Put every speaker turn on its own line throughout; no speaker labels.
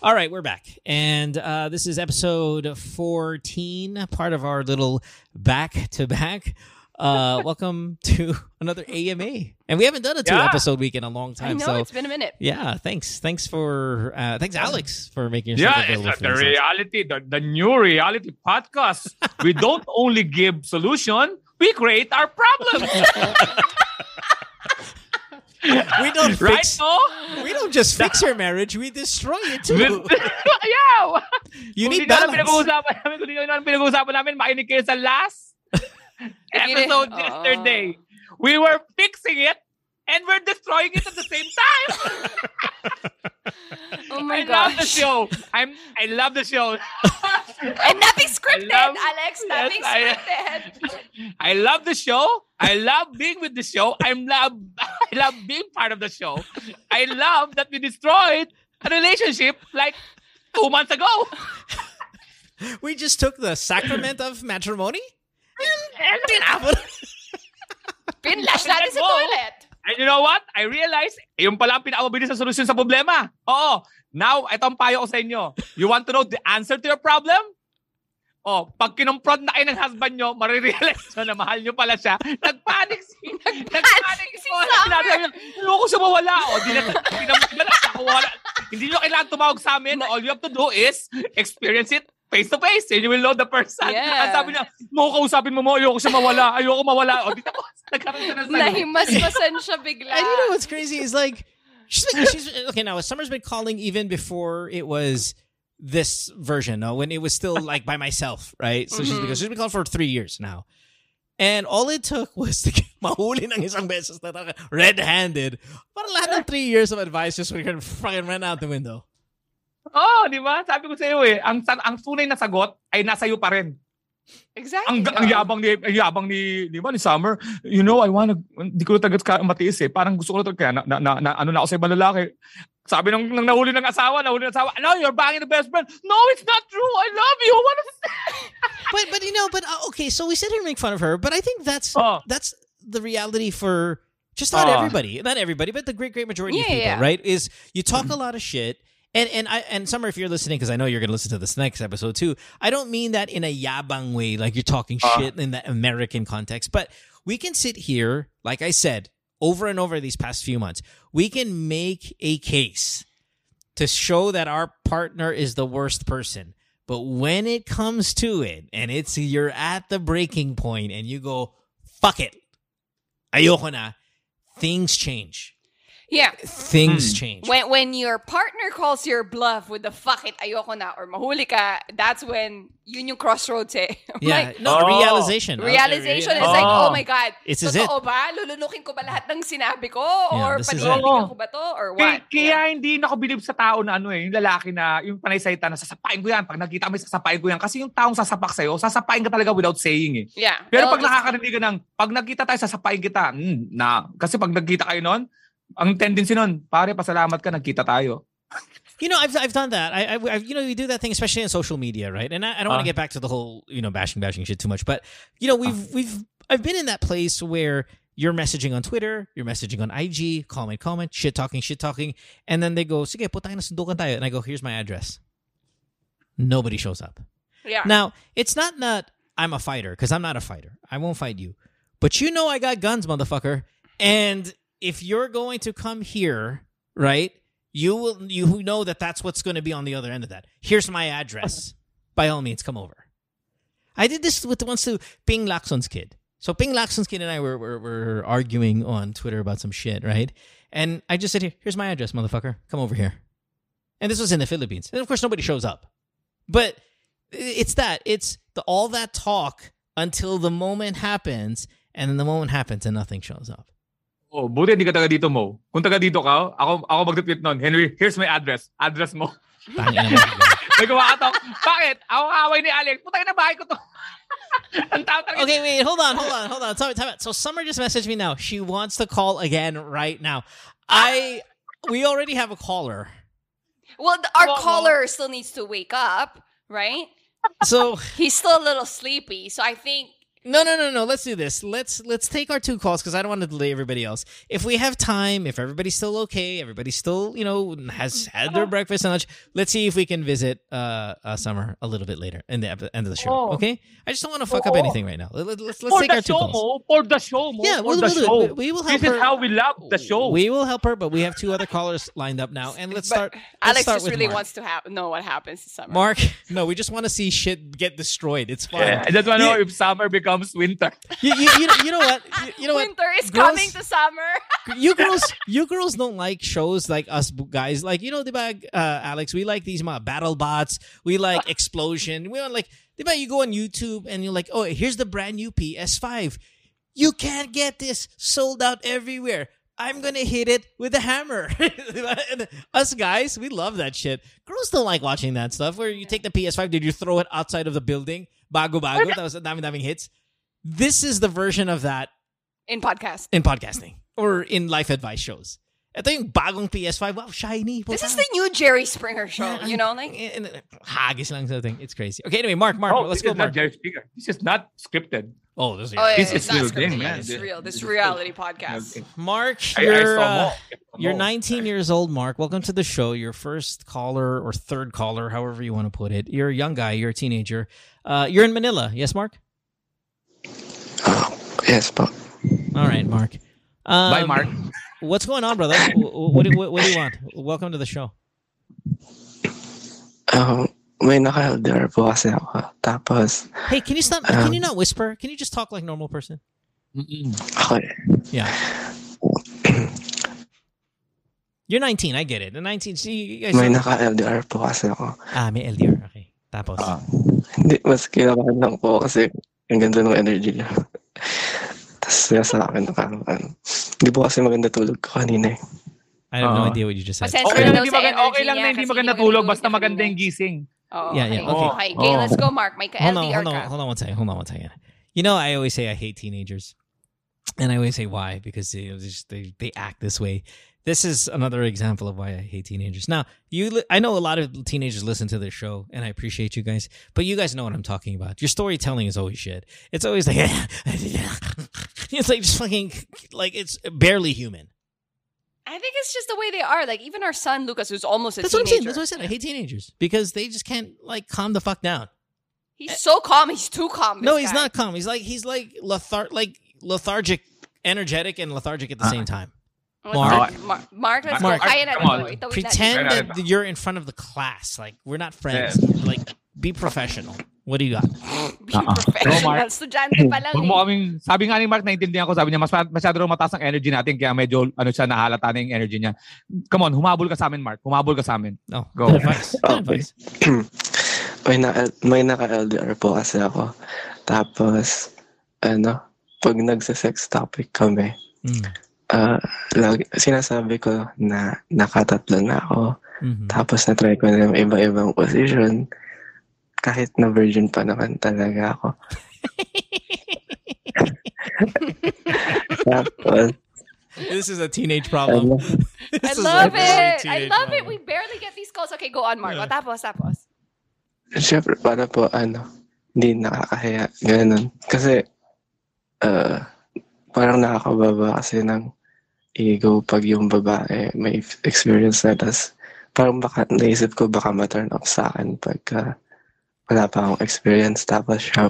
All right, we're back. And uh, this is episode 14, part of our little back to back. Uh, welcome to another AMA. And we haven't done a two
Yeah.
episode week in a long
I
time.
know
so,
it's been a minute.
yeah, thanks. Thanks for, uh, thanks, Alex, for making yourself
Yeah, it's
available.
not
for
the
these episodes.
reality, the, the new reality podcast. we don't only give solution, we create our problems.
We don't
right,
fix,
no?
we don't just fix your marriage, we destroy it too.
yeah.
you need
Kung di na lang
balance.
pinag-uusapan namin, kung di na lang pinag-uusapan namin, makinig kayo sa last episode
Oo.
yesterday. We were fixing it and we're destroying it at the same time.
Oh
I
my
love the
gosh.
show. I'm I love the show.
And nothing scripted,
love-
Alex.
Yes,
Nothing
I-
scripted.
I love the show. I love being with the show. I'm love I love being part of the show. I love that we destroyed a relationship like two months ago.
We just took the sacrament of matrimony. Ah,
And,
Pinlash natin sa
Go.
toilet.
and you know what? I realized, yung pala ang pinakamabilis na solusyon sa problema. Oo. Now, ito ang payo ko sa inyo. You want to know the answer to your problem? Oh, pag kinumpront na kayo ng husband nyo, marirealize nyo na mahal nyo pala siya. Nagpanik si... Nagpanik
si
si Summer! Loko siya mawala. O, Oh, di na... Di na wala. Wala. Hindi nyo kailangan tumawag sa amin. All you have to do is experience it face to face and you will know the person. Ang
Yeah.
sabi niya, mo kausapin mo mo, ayoko siya mawala, ayoko mawala. O, di na nagkaroon siya ng salita.
Nahimasmasan siya bigla.
And you know what's crazy is like she's, been, she's okay now. Summer's been calling even before it was this version, no, when it was still like by myself, right? So she's been she's been calling for three years now, and all it took was to mahuli ng isang beses na talaga, red-handed. Para lahat ng three years of advice just freaking fucking ran out the window.
Oo, Oh, di ba? Sabi ko sa iyo eh, ang, san- ang tunay na sagot ay nasa iyo pa rin.
Exactly.
Ang, ang yabang ni, ang yabang ni, di ba, ni Summer, you know, I wanna, hindi ko na tagat ka matiis eh. Parang gusto ko na tagat, kaya na, na, na, na- ano na ako sa ibang lalaki. Sabi nung, nung nahuli ng asawa, nahuli ng asawa, no, you're banging the best friend. No, it's not true. I love you. What is
But but you know, but uh, okay, so we sit here and make fun of her, but I think that's
Oh.
that's the reality for just not
Oh.
everybody, not everybody, but the great great majority of
Yeah,
people,
yeah.
right? Is you talk a lot of shit. And and I and summer, if you're listening, because I know you're going to listen to this next episode too. I don't mean that in a yabang way, like you're talking
Oh.
shit in that American context. But we can sit here, like I said, over and over these past few months. We can make a case to show that our partner is the worst person. But when it comes to it and it's you're at the breaking point and you go, fuck it. Ayoko na. Things change.
Yeah.
Things
Hmm.
change.
When, when your partner calls your bluff with the fuck it, ayoko na, or mahuli ka, that's when yun yung crossroads eh.
yeah.
Like,
no, the
Oh.
realization.
realization is like,
Oh.
oh my God,
This is
totoo ba? Lululukin ko ba lahat ng sinabi ko?
Yeah,
or
this is
paninindigan
it.
ko ba to? Or
Kaya,
what?
kaya hindi na ako bilib sa tao na ano eh, yung lalaki na, yung panay sa na sasapain ko yan. Pag nakita mo, sasapain ko yan. Kasi yung taong sasapak sa'yo, sasapain ka talaga without saying eh.
yeah.
Pero
They'll
pag
just-
nakakarinig ka ng, pag nagkita tayo, sasapain kita. Mm, na. Kasi pag nagkita kayo noon, ang tendency noon, pare, pasalamat ka, nagkita tayo.
You know, I've, I've done that. I, I, I've- you know, you do that thing, especially on social media, right? And I, I don't want to
Uh.
get back to the whole, you know, bashing, bashing shit too much, but you know, we've, we've, I've been in that place where you're messaging on Twitter, you're messaging on IG, comment, comment, shit talking, shit talking, and then they go, "Sige, putang ina, sundukan tayo," and I go, "Here's my address." Nobody shows up.
yeah.
Now, it's not that I'm a fighter because I'm not a fighter. I won't fight you. But you know I got guns, motherfucker. And if you're going to come here, right? You will. You know that that's what's going to be on the other end of that. Here's my address. By all means, come over. I did this with the ones to Ping Lakson's kid. So Ping Lakson's kid and I were, were were arguing on Twitter about some shit, right? And I just said, "Here, here's my address, motherfucker. Come over here." And this was in the Philippines. And of course, nobody shows up. But it's that. It's the, all that talk until the moment happens, and then the moment happens and nothing shows up.
Oh, buti hindi ka taga dito, Mo. Kung taga dito ka, ako, ako mag-tweet noon, Henry, here's my address. Address mo.
Tangina mo.
May kumakatok. Bakit? Ako kaaway ni Alex. Putang na bahay ko to. ang tao talaga.
okay, wait, hold on, hold on, hold on. Sorry, time out. So Summer just messaged me now. She wants to call again right now. I we already have a caller.
Well, the, our
Well-
caller still needs to wake up, right?
So
He's still a little sleepy, so I think
No, no, no, no. Let's do this. Let's let's take our two calls because I don't want to delay everybody else. If we have time, if everybody's still okay, everybody's still you know has had their breakfast and lunch. Let's see if we can visit uh, uh summer a little bit later in the ep- end of the show.
Oh.
Okay. I just don't want to fuck up
Oh.
Oo.
anything right now. Let, let- let's let's
for
take our
the
two
show
calls.
mo. For the show mo.
Yeah,
for
we'll,
the
we'll do it. We-
show.
We will help
This is
her. Oh,
how we love the show.
We will help her, but we have two other callers lined up now, and let's
But
start.
Alex
let's start
just
with
really
Mark.
wants to ha- know what happens this summer.
Mark, no, we just want to see shit get destroyed. It's fine.
yeah, I just want to know if summer becomes winter.
You, you, you, know, you know what? You, you know what?
Winter is
Girls-
coming to summer.
you girls you girls don't like shows like us b- guys like you know diba uh, Alex we like these mga battle bots we like explosion we want like diba you go on YouTube and you're like oh here's the brand new PS5 you can't get this sold out everywhere I'm gonna hit it with a hammer Diba? And us guys we love that shit girls don't like watching that stuff where you take the PS5 did you throw it outside of the building bago bago that was dami daming hits this is the version of that
In podcast.
in podcasting or in life advice shows. Ito yung bagong PS5. Wow, shiny.
This is
Puta.
the new Jerry Springer show, you know? Like,
Eh, eh, Hagis lang sa thing. It's crazy. Okay, anyway, Mark, Mark,
Oh,
let's go,
this is not
Mark.
Jerry Springer. This is not scripted.
Oh, this is
oh, yeah,
This
it's
is
not
real
scripted,
thing,
yeah,
man.
It's
This-
real. This
this is
reality
Okay.
podcast.
Mark,
I, I
you're,
saw
uh,
more. I saw
you're
more.
19 years old, Mark. Welcome to the show. Your first caller or third caller, however you want to put it. You're a young guy. You're a teenager. Uh, you're in Manila. Yes, Mark?
Yes po.
All right, Mark. Um,
Bye, Mark.
What's going on, brother? Wh- wh- what, do, what, what do you want? Welcome to the show.
Um, may naka-elder po kasi ako. Tapos,
Hey, can you stop? Can you not whisper? Can you just talk like normal person?
okay.
Yeah. You're 19. I get it. The 19. See, you guys.
May naka-LDR po kasi ako.
ah, may LDR. Okay. Tapos.
Uh,
Ah.
Hindi, mas kinakain lang po kasi ang ganda ng energy niya. Tapos kaya sa akin, nakang, ano. Hindi po kasi maganda tulog ko kanina eh.
I have no
Ah.
idea what you just said.
Pasensya
Okay lang,
na daw
hindi
sa
maganda, okay
energy
lang na
niya
hindi
kasi
maganda
hindi maganda
tulog, basta
tulog
maganda
kanina.
yung gising.
Oh,
Yeah, yeah,
Okay,
okay.
okay. okay,
Oh.
let's go, Mark. May ka
Hold on.
LDR
Hold
ka.
on. Hold on one second. Hold on one second. You know, I always say I hate teenagers, and I always say why because you know, they, just, they they act this way. This is another example of why I hate teenagers. Now, you, li- I know a lot of teenagers listen to this show, and I appreciate you guys. But you guys know what I'm talking about. Your storytelling is always shit. It's always like, it's like just fucking, like it's barely human.
I think it's just the way they are. Like, even our son, Lucas, who's almost a
That's what I'm saying.
teenager.
That's what I said. I hate teenagers because they just can't like calm the fuck down.
He's so calm. He's too calm.
no,
this
he's
guy.
not calm. He's like he's like lethar like lethargic, energetic, and lethargic at the
Ah.
same time.
What's
Mark.
that? Mar- Mark, let's
Mark.
go. Kaya na
Come on.
ito. Ito,
Pretend
Wait,
that
wait.
you're in front of the class. Like we're not friends. Like be professional. What do you got?
Be
Uh-uh.
professional.
Oh
No, Mark.
Estudyante pa lang.
Huwag mo
eh.
kaming, sabi nga ni Mark, naiintindihan ko, sabi niya, mas ma- masyado raw mataas ang energy natin, kaya medyo, ano siya, nahalata na yung energy niya. Come on, humabol ka sa amin, Mark. Humabol ka sa amin.
No. Oh,
Go.
Good advice. Good
Okay.
advice.
may, naka, may naka-LDR po kasi ako. Tapos, ano, pag nagsa-sex topic kami,
Mm.
ah, lagi, sinasabi ko na nakatatlo na ako.
Mhm.
Tapos na-try ko na yung iba-ibang position. Kahit na virgin pa naman talaga ako. Tapos,
This is a teenage
ano,
problem.
I
This is a
love
very
it. I
teenage
love it.
problem.
We barely get these calls. Okay, go on, Mark.
Yeah.
O, tapos, tapos.
syempre, para po, ano, hindi nakakahiya. Ganun. Kasi, ah, parang nakakababa kasi ng ego pag yung babae may experience na. Tapos, parang baka, naisip ko baka ma-turn off sa akin pagka wala pa akong experience. Tapos, siya,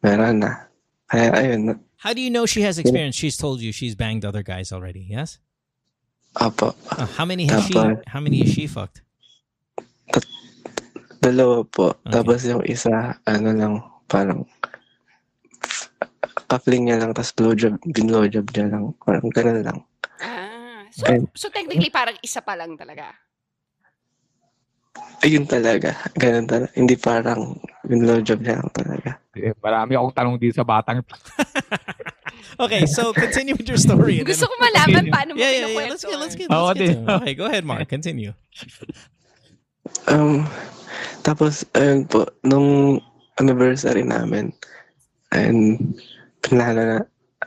meron na. Kaya, ayun,
How do you know she has experience? She's told you she's banged other guys already. Yes.
Apo.
Uh, how many has she?
Tapos-
How many has she fucked?
Dalawa po.
Okay.
Tapos yung isa, ano lang, parang coupling niya lang, tapos blowjob, binlowjob niya lang. Parang ganun lang.
Ah, so,
Ayun.
so technically, parang isa pa lang talaga.
Ayun talaga. Ganun talaga. Hindi parang binlowjob niya lang talaga.
Eh, Marami akong tanong din sa batang.
Okay, so continue with your story. and then-
Gusto ko malaman paano mo
yeah, yeah, yeah.
kinukwento.
Let's get, let's get,
Oh,
let's get
okay.
to it. Okay, go ahead, Mark. Continue.
Um, tapos, ayun po, nung anniversary namin, and pinlano na,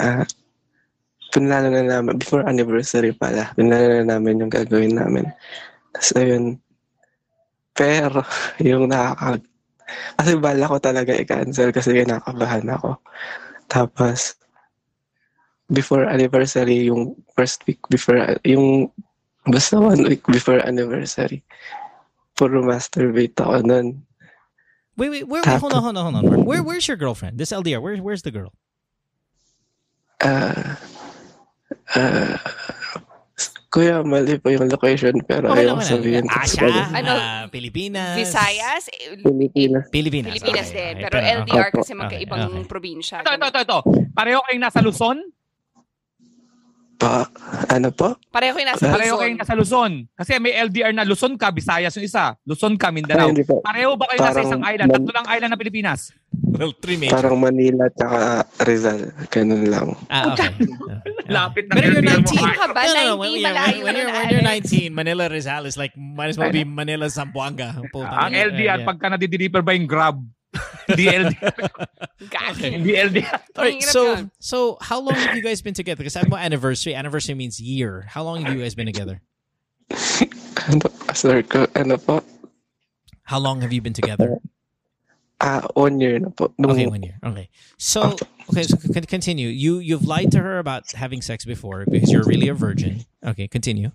ah, pinlano na namin, before anniversary pala, pinlano na namin yung gagawin namin. Tapos, ayun, pero, yung nakaka, Kasi bala ko talaga i-cancel kasi kinakabahan ako. Tapos, before anniversary, yung first week before, yung basta one week before anniversary, puro masturbate ako nun.
Wait, wait, where,
Tap-
hold on, hold on, hold on. Mark. Where, where's your girlfriend? This LDR, where, where's the girl?
Ah, ah, kuya, mali po yung location pero
Okay
ayaw
lang,
ko
wala.
sabihin. kasi
Asia,
Ano?
ah, Pilipinas.
Visayas, eh,
Pilipinas.
Pilipinas.
Pilipinas
okay,
din.
okay,
Pero
pero-
okay.
LDR kasi
Okay,
magkaibang
okay.
probinsya.
Ito, ito, ito, ito. Pareho kayong nasa Luzon?
Pa, ano po?
Pareho kayo nasa
Pareho
Luzon.
kayong nasa Luzon. Kasi may LDR na Luzon ka, Visayas yung isa. Luzon ka,
Ay,
Mindanao.
hindi po.
Pareho ba kayo nasa
Parang
isang island?
man-
Tatlo lang island na Pilipinas.
Well, three major.
Parang Manila tsaka Rizal. Ganun lang.
Ah, okay.
Lapit ng
Pero you're
LDR
19.
mo.
Ano ka ba?
No, no, no,
90,
when, yeah, when,
malayo
when, you're,
na
when you're
Alex.
19, Manila Rizal is like, might as well be Manila Zamboanga. Puta,
Ang LDR, pagka nadideliver ba yung grab? Hindi LDR.
Gagi.
Okay.
Hindi LDR.
All right,
Ang hirap
so
yun.
so how long have you guys been together? Because I'm anniversary. Anniversary means year. How long have you guys been together?
Ano, sorry ko, ano po?
How long have you been together?
Ah, one year na po. Nung,
Okay, one year. Okay. So okay, so con- continue. You you've lied to her about having sex before because you're really a virgin. Okay, continue.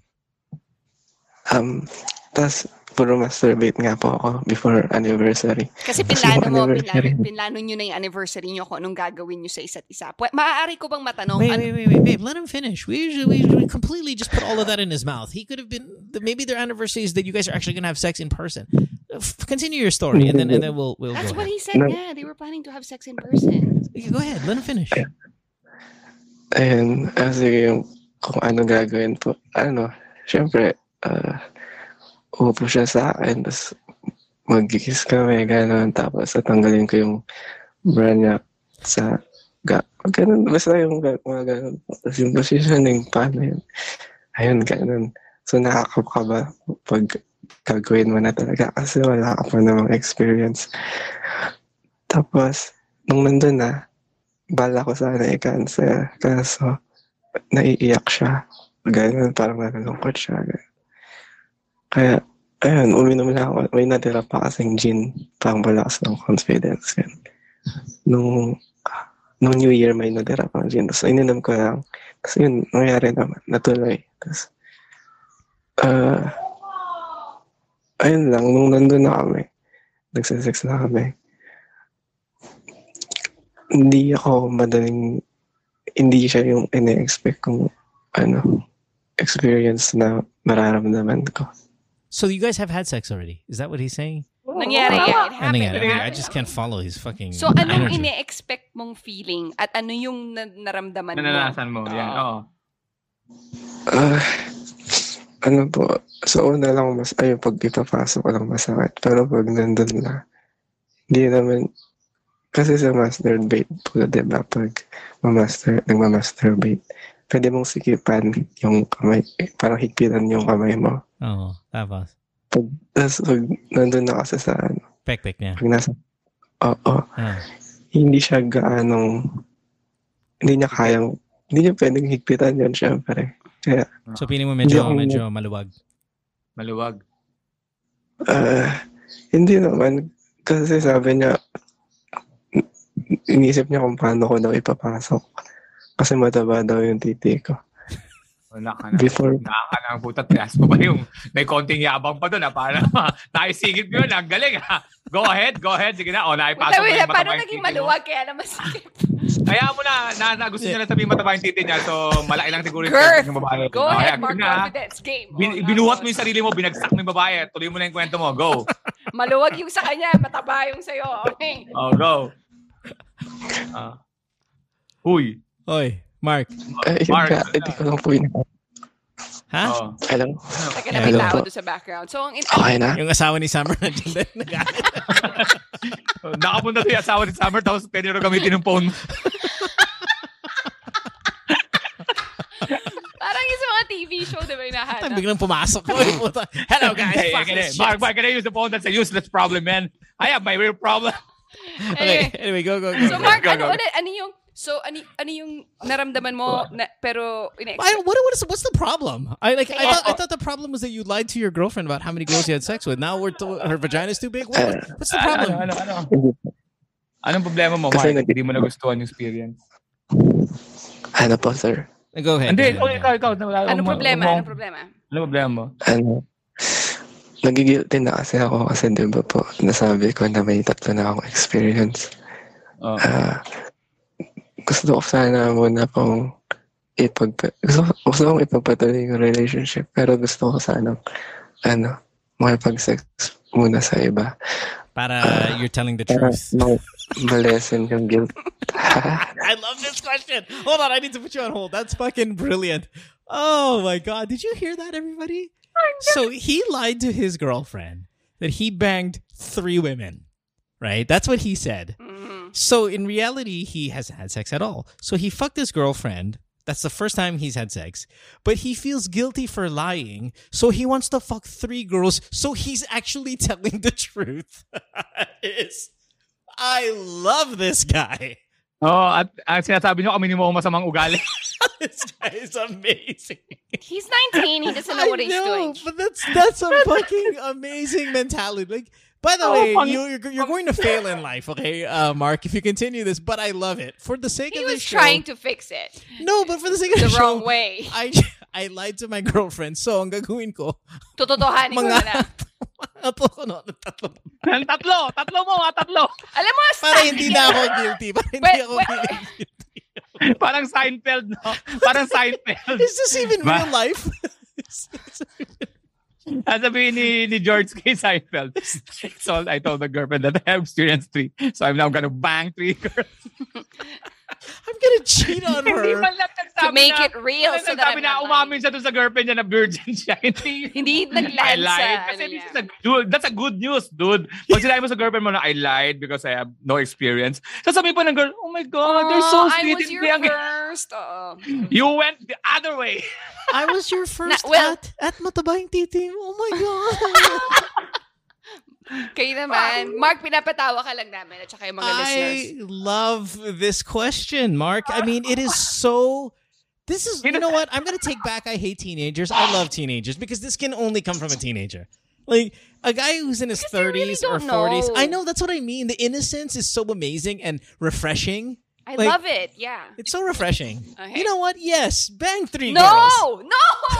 um, tas puro masturbate nga po ako before anniversary.
Kasi pinlano mo, pinlano,
Anniversary.
pinlano nyo na yung anniversary nyo kung anong gagawin nyo sa isa't isa. Pwe, maaari ko bang matanong?
Oh, Wait,
ano-
wait, wait, wait, babe. Let him finish. We usually we, we completely just put all of that in his mouth. He could have been th- maybe their anniversary is that you guys are actually gonna have sex in person. F- continue your story, and then and then we'll we'll
That's
go.
what
Ahead.
he said.
No.
Yeah, they were planning to have sex in person.
Go ahead. Let him finish.
Ayun, ah, sige yung kung ano gagawin po. Ano, syempre, ah, uupo siya sa akin, tas magkikis kami, gano'n. Tapos tatanggalin ko yung bra niya sa ga ganun, basta yung ga- mga ganun. Tapos yung positioning, paano yun? Ayun, ganun. So nakakakaba pag gagawin mo na talaga kasi wala ka pa namang experience. Tapos, nung nandun na, bala ko sana i-cancel. ano eh, Kaso, naiiyak siya. Ganun, parang nalulungkot siya. ganun. Kaya, ayun, uminom na ako. May natira pa kasing gin. Parang malakas ng confidence. Ganun. Nung, nung New Year, may natira pang gin. Tapos, ininom ko lang. Tapos, yun, nangyari naman. Natuloy. Tapos, ah, ayun lang, nung nandun na kami, nagsisex na kami, hindi ako madaling, hindi siya yung ine-expect kong, ano, experience na mararamdaman ko.
So you guys have had sex already? Is that what he's saying?
Nangyari
Tama.
yan. It
Ano
happened.
nga,
It
I, mean, I
happened.
just can't follow his fucking.
So, anong
energy.
ine-expect mong feeling at ano yung na- naramdaman mo?
Nananasan mo. Yan,
Oo.
oo.
Ah, ano po, sa una lang mas, ayun, pag ipapasok ko lang masakit. Pero pag nandun na, hindi naman, kasi sa masturbate po, di ba, pag mamaster, nagmamasturbate, pwede mong sikipan yung kamay, eh, parang higpitan yung kamay mo.
Oh, tapos.
Tapos pag nandun na kasi sa, ano,
Pek pek niya.
pag nasa, oo,
Ah.
hindi siya gaanong, hindi niya kayang, hindi niya pwedeng higpitan yun, syempre.
So piling mo medyo,
Hindi ako-
medyo maluwag.
Maluwag.
Ah, hindi naman. Kasi sabi niya, inisip niya kung paano ko daw ipapasok. Kasi mataba daw yung titi ko.
Wala ka na.
Before,
Nakakalang puta, tinas mo ba yung may konting yabang pa doon? Ha? Para tayo sigit mo yun. ah. Ang galing ha. Go ahead, go ahead. Sige na. O,
Wait,
naipasok mo
wait,
yung
paano
mataba yung
naging
titi mo.
maluwag kaya naman sikip?
Kaya mo na, na, na gusto niya na sabihin mataba yung titi niya. So, malaki lang siguro yung
Girth!
titi ng babae.
Go
O,
ahead,
ayan,
more
yun na. ah.
confidence. Game.
Bin,
Oh,
binuhat mo
tapos.
yung sarili mo, binagsak mo yung babae. Tuloy mo na yung kwento mo. Go.
Maluwag yung sa kanya, mataba yung sa'yo. Okay.
Oh, go. Ah. Uy.
Oy, Mark.
ay, eh, yun
Mark,
nga,
ano?
hindi ko lang po yun.
Ah?
Ha?
Oh.
Alam,
Teka
Yeah,
na may
hello
tao
po.
doon sa background. So, ang in-
okay na.
Yung asawa ni Summer nandiyan din.
Oh, Nakapunta to yung asawa ni Summer tapos pwede rin gamitin yung phone.
parang yung sa mga TV show, di ba yung
Ang
nahanap?
biglang pumasok. Oy, puta. Hello Oh, guys.
Hey,
Fuck
can I,
this shit.
Mark, Mark, can I use the phone? That's a useless problem, man. I have my real problem.
Okay,
Anyway,
anyway, go go go.
so Mark,
Go, go.
ano ulit? Ano yung, So, ano, ano yung naramdaman mo na, pero ina
I don't, what, what is, what's the problem? I like. I
Oh.
Kaya-
thought, I thought the problem was that you lied to your girlfriend about how many girls you had sex with. Now we're to, her vagina's too big. What, what- what's the
Ano,
problem?
ano, ano? Anong problema mo,
Kasi
Mark?
nag-
Hindi mo nagustuhan yung experience.
Ano po, sir?
Go ahead.
Hindi,
go
oh,
ahead.
ikaw, ikaw. Wala,
Ano
wala-
problema?
wala-
Ano problema?
Ano problema mo?
Ano? Nagigilty na kasi ako kasi di ba po, nasabi ko na may tatlo na akong experience.
Oh.
Ah, gusto ko sana muna pong ipag gusto, gusto kong ipagpatuloy yung relationship pero gusto ko sana ano makipag-sex muna sa iba
Para uh, you're telling the
para
truth.
ma- malesen yung guilt
I love this question. Hold on, I need to put you on hold. That's fucking brilliant. Oh my god, did you hear that, everybody? So he lied to his girlfriend that he banged three women. Right? That's what he said.
Mhm.
So in reality, he hasn't had sex at all. So he fucked his girlfriend. That's the first time he's had sex. But he feels guilty for lying. So he wants to fuck three girls. So he's actually telling the truth. It's- I love this guy.
Oh, at ang sinasabi niyo kami ni Momo masamang ugali.
This guy is amazing.
He's 19. He doesn't know what he's doing.
but that's that's a fucking amazing mentality. Like, by the
Oh,
way,
pang-
you, you're, you're going to fail in life, okay, uh, Mark, if you continue this. But I love it for the sake
He
of
was
this show-
trying to fix it
No, but for the sake of
the
the show,
wrong way.
I I lied to my girlfriend. So ang gagawin ko,
Tototohanin ko na
mga
lang.
ato ko na ng tatlo.
Ang tatlo, tatlo mo, ah, tatlo.
Alam mo,
Para hindi na ako guilty. Para hindi
Wait,
ako
wait.
guilty.
Parang Seinfeld, no? Parang Seinfeld.
Is this even
Ma-
real life?
Sasabihin ni, ni George K. Seinfeld. So I told my girlfriend that I have experienced three. So I'm now gonna bang three girls.
I'm gonna cheat on
Hindi
her.
man lang nagsabi
to make
na,
it real
Hindi
so that
nagsabi
I'm
na
not
umamin
lying.
siya dun sa girlfriend niya na virgin siya. Hindi
Hindi
I
naglahat sa
lied.
ano
Kasi this
niya.
is a, dude, that's a good news, dude. Pag sinabi mo sa girlfriend mo na, I lied because I have no experience. Sasabihin pa ng girl, oh my God, they're so
Oh, I
sweet.
was
and
your
young."
first. Oo.
You went the other way.
I was your first
well-
at at matabayang titi. Oh my god.
Kayo naman. Mark, pinapatawa ka lang namin at saka yung mga listeners.
I love this question, Mark. I mean, it is so. This is you know what I'm gonna take back. I hate teenagers. I love teenagers because this can only come from a teenager. Like a guy who's in his
Because they really
30s or
don't
40s.
know.
I know that's what I mean. The innocence is so amazing and refreshing.
I
Like-
love it. Yeah.
It's so refreshing.
Okay.
You know what? Yes, bang three girls.
No! No!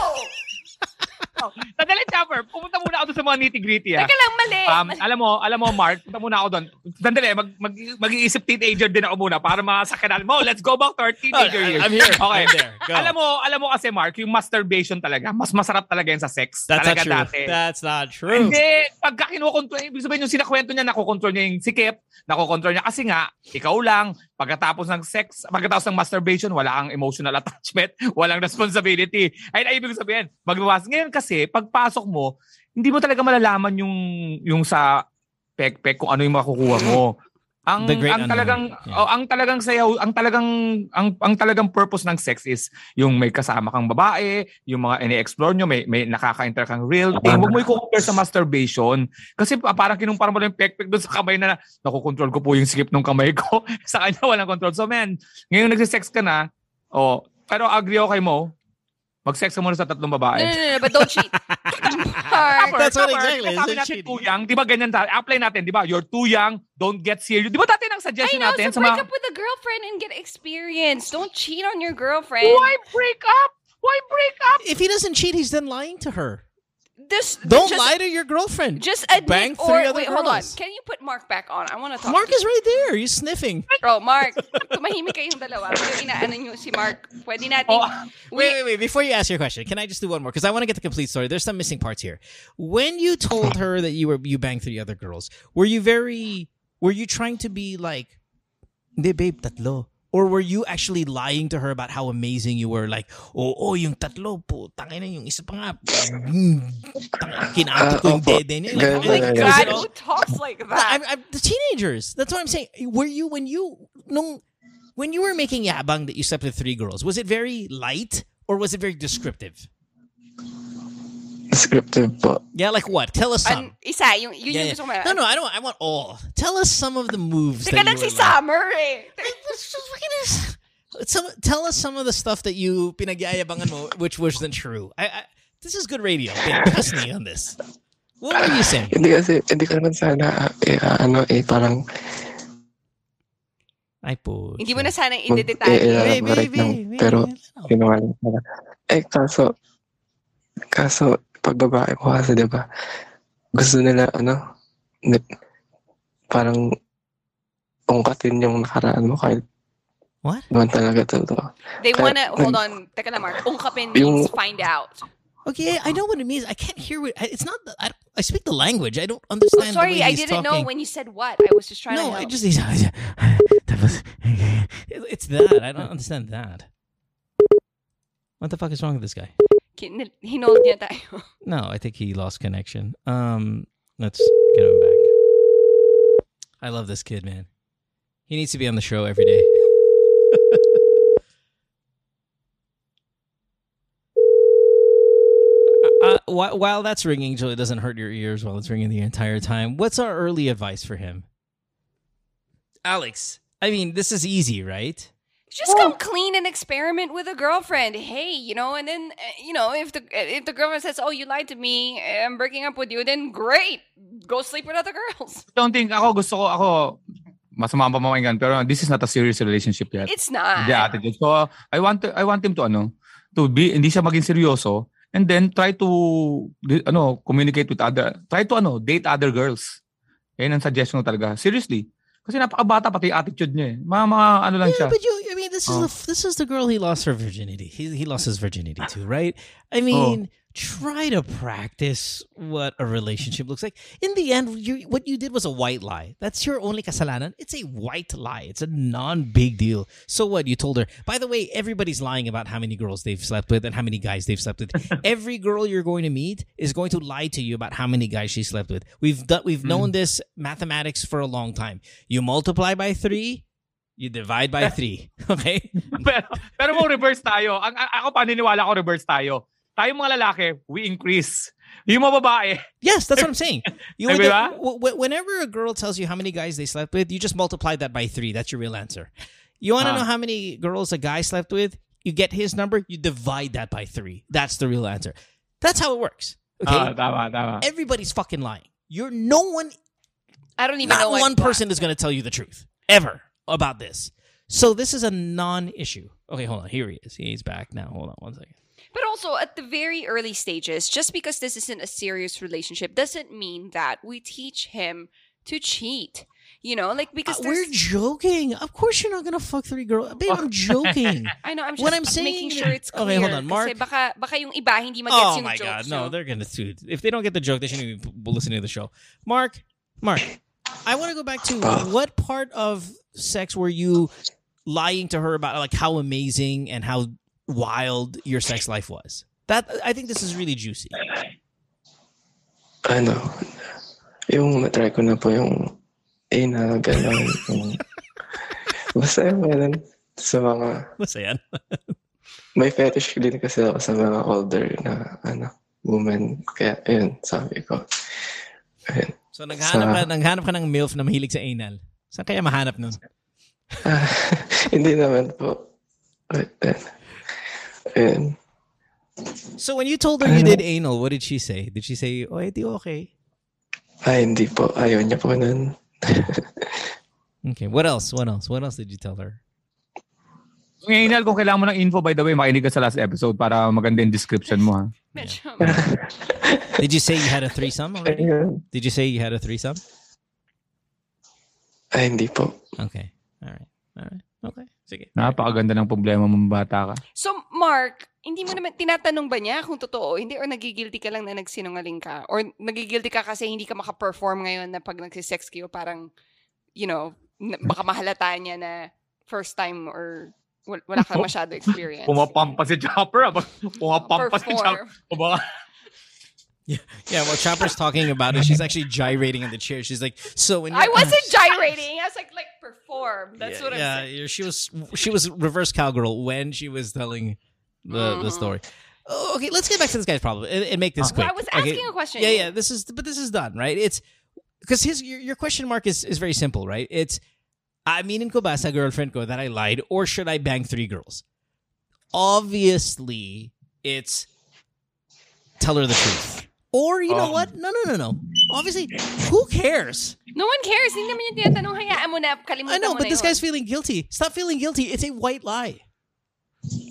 Sandali, Chopper. Pumunta muna ako dun sa mga nitty-gritty. ah.
Teka lang, mali.
Um,
Mali.
alam mo, alam mo, Mark, punta muna ako doon. Sandali, mag, mag, mag-iisip teenager din ako muna para masakyan natin. Mo, let's go back to our teenager
Okay,
years.
I'm here.
Okay.
I'm there. Go.
Alam mo, alam mo kasi, Mark, yung masturbation talaga, mas masarap talaga yan sa sex.
that's
talaga
not true.
dati.
That's not true.
Hindi, pagka kinukontrol, ibig sabihin yung sinakwento niya, nakokontrol niya yung sikip, nakokontrol niya kasi nga, ikaw lang, pagkatapos ng sex, pagkatapos ng masturbation, wala kang emotional attachment, walang responsibility. Ayun ay ibig sabihin, magbawas. Ngayon kasi, pagpasok mo, hindi mo talaga malalaman yung, yung sa pek-pek kung ano yung makukuha mo. Ang
The great
ang
unknown.
talagang
Yeah.
oh, ang talagang sayaw, ang talagang ang ang talagang purpose ng sex is yung may kasama kang babae, yung mga ini-explore nyo, may, may nakaka-enter kang real thing. Huwag mo i-compare sa masturbation. Kasi pa- parang kinumpara mo lang yung pekpek doon sa kamay na, nakukontrol ko po yung sikip ng kamay ko. sa kanya walang control. So man, ngayon nagsisex ka na, oh, pero agree ako kay Mo, mag-sex ka muna sa tatlong
No, no,
babae.
no, no, but don't cheat. Mark.
That's what
Tapos,
exactly, it's
sabi natin
cheating.
too young, di ba ganyan tayo? Apply natin, di ba? You're too young, don't get serious. Di ba dati nang
I
suggestion
know,
natin?
so
sa mga-
break up with a girlfriend and get experience. Don't cheat on your girlfriend.
Why break up? Why break up?
If he doesn't cheat, he's then lying to her.
This,
Don't
just,
lie to your girlfriend.
Just
Bang
admit or
three other
wait, hold on.
girls.
Can you put Mark back on? I want to talk.
Mark
to
is right there. He's sniffing.
you. Bro, Mark, tumahimik kayong dalawa. Kaya inaano nyo si Mark. Pwede natin.
Oh,
Wait, wait, wait. Before you ask your question, can I just do one more? Because I want to get the complete story. There's some missing parts here. When you told her that you were you banged three other girls, were you very were you trying to be like, "Hindi, babe, tatlo," or were you actually lying to her about how amazing you were? Like, "Oh, oh, yung tatlo po, tangina yung isa pa nga, mm, tangina, kinaantok ko yung
Ah, opo.
dede niya." Like,
Ganun
like,
talaga.
was
God,
it all-
who talks like that?
I'm, I'm, the teenagers. That's what I'm saying. Were you when you nung, when you were making yabang that you slept with three girls? Was it very light or was it very descriptive?
descriptive po
Yeah, like what? Tell us
An,
some.
isa, yung, yun
Yeah,
yung
yeah.
gusto ko malaman.
No, no, I don't. I want all. Tell us some of the moves.
Teka
that
lang
you
si
were like-
Summer eh.
Let's just look at this. some, tell us some of the stuff that you pinagyayabangan mo, which wasn't true. I, I this is good radio. Okay, trust me on this. What were you saying?
Hindi kasi, hindi ko naman sana, eh, ah, ano eh, parang,
Ay po.
Hindi mo na sana
Eh, eh,
idedetalye.
eh. Elaborate lang, pero- sinungaling pala. Eh, kaso, kaso, pag babae ko kasi, di ba, gusto nila, ano, ni- parang, ungkatin yung nakaraan mo kahit
What?
naman talaga totoo.
They
kaya-
wanna, hold on, teka lang Mark. Ungkapin
Yung-
means find out.
Okay,
Uh-huh.
I know what it means. I can't hear what I- it's not. The, I, don't- I speak the language. I don't understand. the
Sorry,
way
I
he's
didn't know
talking.
when you said what. I was just trying to
No,
help.
I just that was it's that. I don't understand that. What the fuck is wrong with this guy?
Kin- Hinold niya tayo.
No, I think he lost connection. Um, let's get him back. I love this kid, man. He needs to be on the show every day. Uh, whi- while that's ringing, Julie, it doesn't hurt your ears while it's ringing the entire time. What's our early advice for him? Alex, I mean, this is easy, right?
Just come clean and experiment with a girlfriend. Hey, you know, and then uh, you know if the if the girlfriend says, "Oh, you lied to me. I'm breaking up with you," then great, go sleep with other girls.
don't think ako gusto ko ako masama ang pamamagitan pero this is not a serious relationship yet.
It's not.
Hindi attitude. So I want to, I want him to ano to be hindi siya maging seryoso and then try to di- ano communicate with other try to ano date other girls. Yan ang suggestion ko talaga. Seriously. Kasi napakabata pati yung attitude niya eh. Mga, mga ano lang siya.
Yeah, but you. I mean, this is
Oh.
the this is the girl he lost her virginity. He he lost his virginity too, right? I mean, try to practice what a relationship looks like. In the end, you what you did was a white lie. That's your only kasalanan. It's a white lie. It's a non big deal. So what? You told her. By the way, everybody's lying about how many girls they've slept with and how many guys they've slept with. Every girl you're going to meet is going to lie to you about how many guys she slept with. We've done we've known this mathematics for a long time. You multiply by three, you divide by three. Okay?
pero, pero kung reverse tayo, ang, a- ako paniniwala ko reverse tayo. Tayo mga lalaki, we increase. Yung mga babae,
Yes, that's what I'm saying. You
Ay,
would-
diba?
w- w- whenever a girl tells you how many guys they slept with, you just multiply that by three. That's your real answer. You want to
Ah.
know how many girls a guy slept with? You get his number, you divide that by three. That's the real answer. That's how it works. Okay?
ah, tama, tama.
Everybody's fucking lying. You're no one
I don't even know
not
what
one
you want.
person is going to tell you the truth ever about this. So this is a non-issue. Okay, hold on. Here he is. He's back now. Hold on one second.
But also, at the very early stages, just because this isn't a serious relationship doesn't mean that we teach him to cheat. You know, like
Uh,
because
we're
there's-
joking. Of course, you're not gonna fuck three girls, babe. I'm joking.
I know, I'm just
what I'm saying-
making sure it's clear.
Okay, hold on, Mark.
Kasi baka, baka yung iba hindi magets
oh
yung
my god,
jokes,
no,
no?
they're gonna sue. If they don't get the joke, they shouldn't even b- b- listen to the show. Mark, Mark, I want to go back to
Oh.
what part of sex were you lying to her about, like how amazing and how wild your sex life was? That I think this is really juicy.
ano, yung na-try ko na po yung eh, na gano'n. yung, basta yung ganun sa mga,
What's that?
may fetish din kasi ako sa mga older na ano, woman. Kaya yun, sabi ko. Ayun.
So naghanap ka, naghanap ka ng milf na mahilig sa anal. Saan kaya mahanap nun?
Ah, hindi naman po. But then, ayun.
So when you told her you did anal, what did she say? Did she say, "Oh, di okay"?
Ay, Ah, hindi po. Ayaw niya po nun.
Okay. What else? What else? What else did you tell her?
Yung anal, kung kailangan mo ng info, by the way, makinig ka sa last episode para maganda yung description mo, ha?
Medyo-
Did you say you had a threesome already?
Ayun.
Did you say you had a threesome?
Ay, Ah, hindi po.
Okay. All right. All right. Okay. Sige.
Napakaganda ng problema mong bata ka.
So, Mark, hindi mo naman, tinatanong ba niya kung totoo o hindi? Or nagigilty ka lang na nagsinungaling ka? Or nagigilty ka kasi hindi ka makaperform ngayon na pag nagsisex kayo, parang, you know, na- baka mahalata niya na first time or wal- wala ka masyado experience.
Pumapampa si Chopper. ah. Pumapampa si Chopper.
Perform.
Baka-
Yeah, while Chopper's talking about it, she's actually gyrating in the chair. She's like, "So when
I
you're-
wasn't gyrating. I was like, like, perform. That's
yeah,
what I'm
yeah,
saying.
yeah, she was she was reverse cowgirl when she was telling the, the
Mhm.
story. Oh, okay, let's get back to this guy's problem and, and make this quick.
Well, I was
okay?
asking a question.
Yeah, yeah. This is but this is done right. It's because his your, your question mark is is very simple, right? It's Aaminin ko ba sa girlfriend ko that I lied or should I bang three girls? Obviously, it's tell her the truth. Or you know
Oh.
what? No, no, no, no. Obviously, who cares?
No one cares. Hindi naman yung tinatanong. Hayaan mo na.
I
Kalimutan
know,
mo
but
na
this
yun.
guy's feeling guilty. Stop feeling guilty. It's a white lie.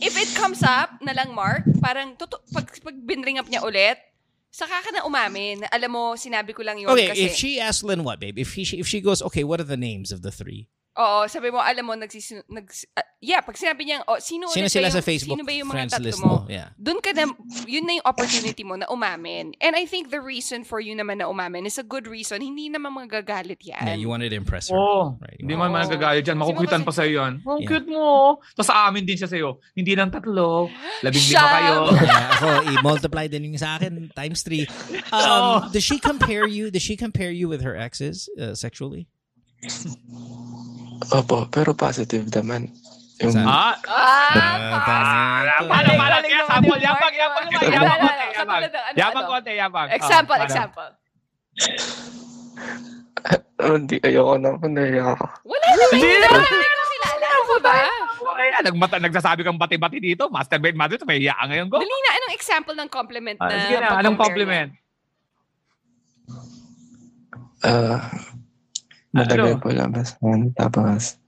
If it comes up na lang, Mark, parang toto, pag, pag binring up niya ulit, saka ka na umamin. na, Alam mo, sinabi ko lang yun
Okay,
kasi.
if she asks Lynn what, babe? If she if she goes, okay, what are the names of the three?
Oo, sabi mo, alam mo, nagsisin... Nags, ah, yeah, pag sinabi niya, oh, sino,
Sino
ulit ba
sila
yung,
sa Facebook
sino ba yung mga
friends
tatlo
list
mo?
mo? Yeah.
Doon ka na, yun na yung opportunity mo na umamin. And I think the reason for you naman na umamin is a good reason. Hindi naman magagalit yan.
Yeah, you wanted to impress her.
Oo.
Right,
Hindi
you
man
Oo.
magagayo dyan. Makukuitan pa sa'yo yan. Ang
Yeah.
cute mo. oh. Tapos sa amin din siya sa'yo. Hindi lang tatlo. Labing lima
Siyam.
kayo.
Kaya ako, i-multiply din yung sa akin times three. Um,
Oo.
does she compare you? Does she compare you with her exes uh, sexually?
Opo, pero positive naman. Yung,
Saan?
Ah,
Ah,
ah, paano, paano? Kaya sample, yapag, yapag, yapag,
Ano,
yapag, konti,
ano, ano,
yapag.
ano, ano,
Yapag,
ano?
konti, yapag. Ah,
Example,
paano?
example.
oh, hindi, ayoko naman, ayoko.
Wala naman
Hindi
yun.
naman.
Hindi ko sila. Alam mo ba?
Ay, nagmata, nagsasabi kang bati-bati dito. Masturbate mo dito. May hiyaan ngayon ko.
Dali na, anong example ng compliment na?
Ah, sige na, anong
pag-compare
compliment?
Ah,
Ano?
matagal po labas yan. Tapos,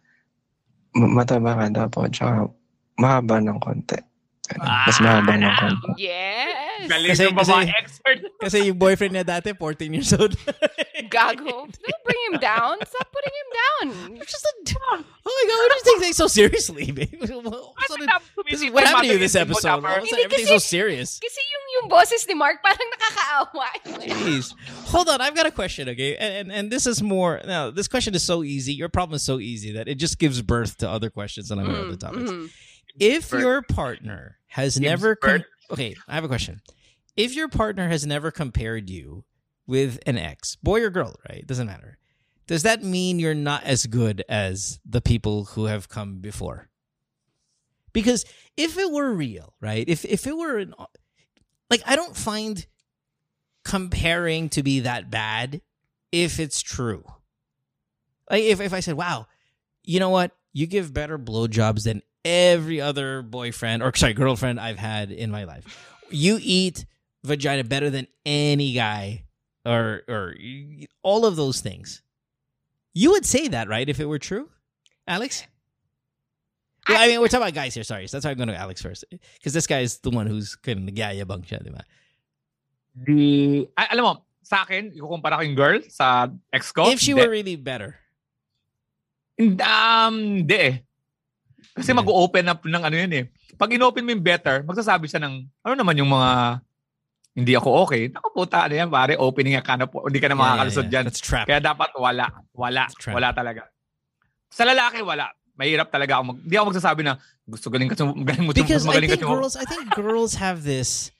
ma- mataba ka daw po. Tsaka, mahaba ng konti. Ganun, Mas
Ah.
mahaba ng konti.
niya? Yes.
Galing
Kasi-
yung babae
kasi-
expert.
Kasi yung boyfriend niya dati, 14 years old.
Gago. Don't bring him down. Stop putting him down.
It's just a, oh my god, why do you take things so seriously, babe? All of a sudden- this is- what happened to you this episode? All of a sudden,
Hindi
everything's so
kasi-
serious.
Kasi yung yung boses ni Mark parang nakakaawa.
Jeez. Hold on, I've got a question, okay? And, and and this is more now, this question is so easy. Your problem is so easy that it just gives birth to other questions and other
Mm,
topics.
mm.
If
Birth.
your partner has
Gives
never
birth.
com- okay, I have a question. If your partner has never compared you with an ex, boy or girl, right? Doesn't matter. Does that mean you're not as good as the people who have come before? Because if it were real, right? If if it were an like I don't find comparing to be that bad if it's true. Like if if I said, "Wow, you know what? You give better blowjobs than every other boyfriend or sorry girlfriend I've had in my life. You eat vagina better than any guy, or or y- all of those things." You would say that, right? If it were true, Alex. Well, I, mean, we're talking about guys here. Sorry, so that's why I'm going to Alex first because this guy is the one who's kind of nagyayabang siya, di ba?
Di, ay, alam mo, sa akin, ikukumpara ko yung girl sa ex ko.
if she
Hindi.
were really better.
Um, hindi eh. Kasi
Yeah.
mag-open up ng ano yun eh. Pag in-open mo yung better, magsasabi siya ng, ano naman yung mga, hindi ako okay. Naku puta, ano yan pare, opening account na po. Hindi ka na makakalusot dyan.
That's trap.
Kaya dapat wala. Wala.
Trap.
Wala talaga. Sa lalaki, wala. Mahirap talaga ako. Mag- hindi ako magsasabi na gusto galing ka sa galing mo
because
mas
I
magaling
think
ka sa
girls, I think girls have this,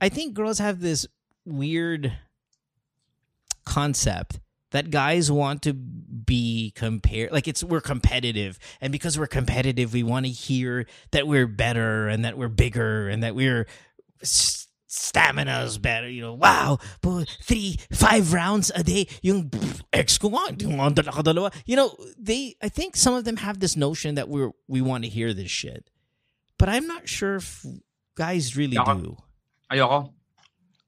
I think girls have this weird concept that guys want to be compared. Like it's we're competitive, and because we're competitive, we want to hear that we're better and that we're bigger and that we're. s- Stamina's better, you know. Wow, po- three, five rounds a day. Yung ex ko nga, hindi nga dala ka dalawa. You know, they. I think some of them have this notion that we're we want to hear this shit but I'm not sure if guys really
Ako-
do.
Ayoko.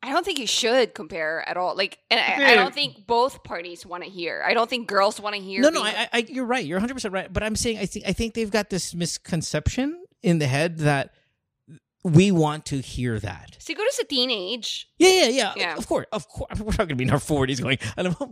I don't think you should compare at all. Like, and I, I don't think both parties want to hear. I don't think girls want to hear.
No, no,
being-
I, I, I- you're right. You're 100 percent right. But I'm saying I think I think they've got this misconception in the head that we want to hear that.
Siguro sa teenage.
Yeah, yeah, yeah.
Yeah.
Of course, of course. We're not going to be in our 40s going. Alam mo,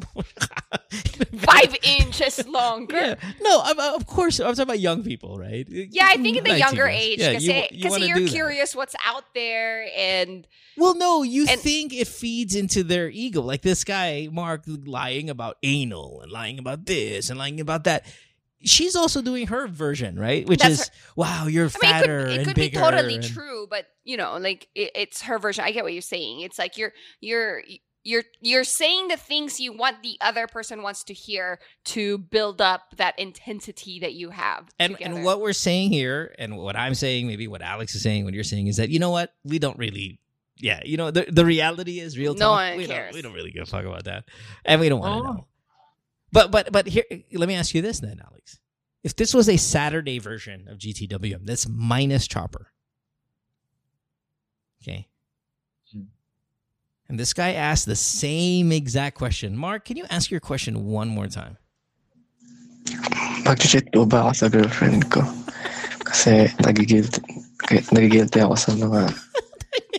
Five inches longer.
Yeah. No, I'm, uh, of course. I'm talking about young people, right?
Yeah, I think in the
19
younger
years.
age,
Yeah,
because
you- you wanna
you, are
do that.
curious what's out there, and
Well, no, you
And-
think it feeds into their ego. Like this guy, Mark, lying about anal and lying about this and lying about that. She's also doing her version, right? Which
That's
is, wow, you're
I mean,
fatter
it could, it
and
could be
bigger.
totally
and-
true, but you know, like it, it's her version. I get what you're saying. It's like you're you're you're you're saying the things you want the other person wants to hear to build up that intensity that you have.
And,
together.
and what we're saying here, and what I'm saying, maybe what Alex is saying, what you're saying, is that you know what we don't really, yeah, you know the the reality is real.
No
talk,
one
we
cares.
Don't, we don't really give a fuck about that, and we don't want to
Oh.
know. But but but here, let me ask you this then, Alex. If this was a Saturday version of GTWM, that's minus Chopper. Okay.
Hmm.
And this guy asked the same exact question. Mark, can you ask your question one more time?
Mag-cheat po ba ako sa girlfriend ko? Kasi nagigilty, kahit nagigilty ako sa mga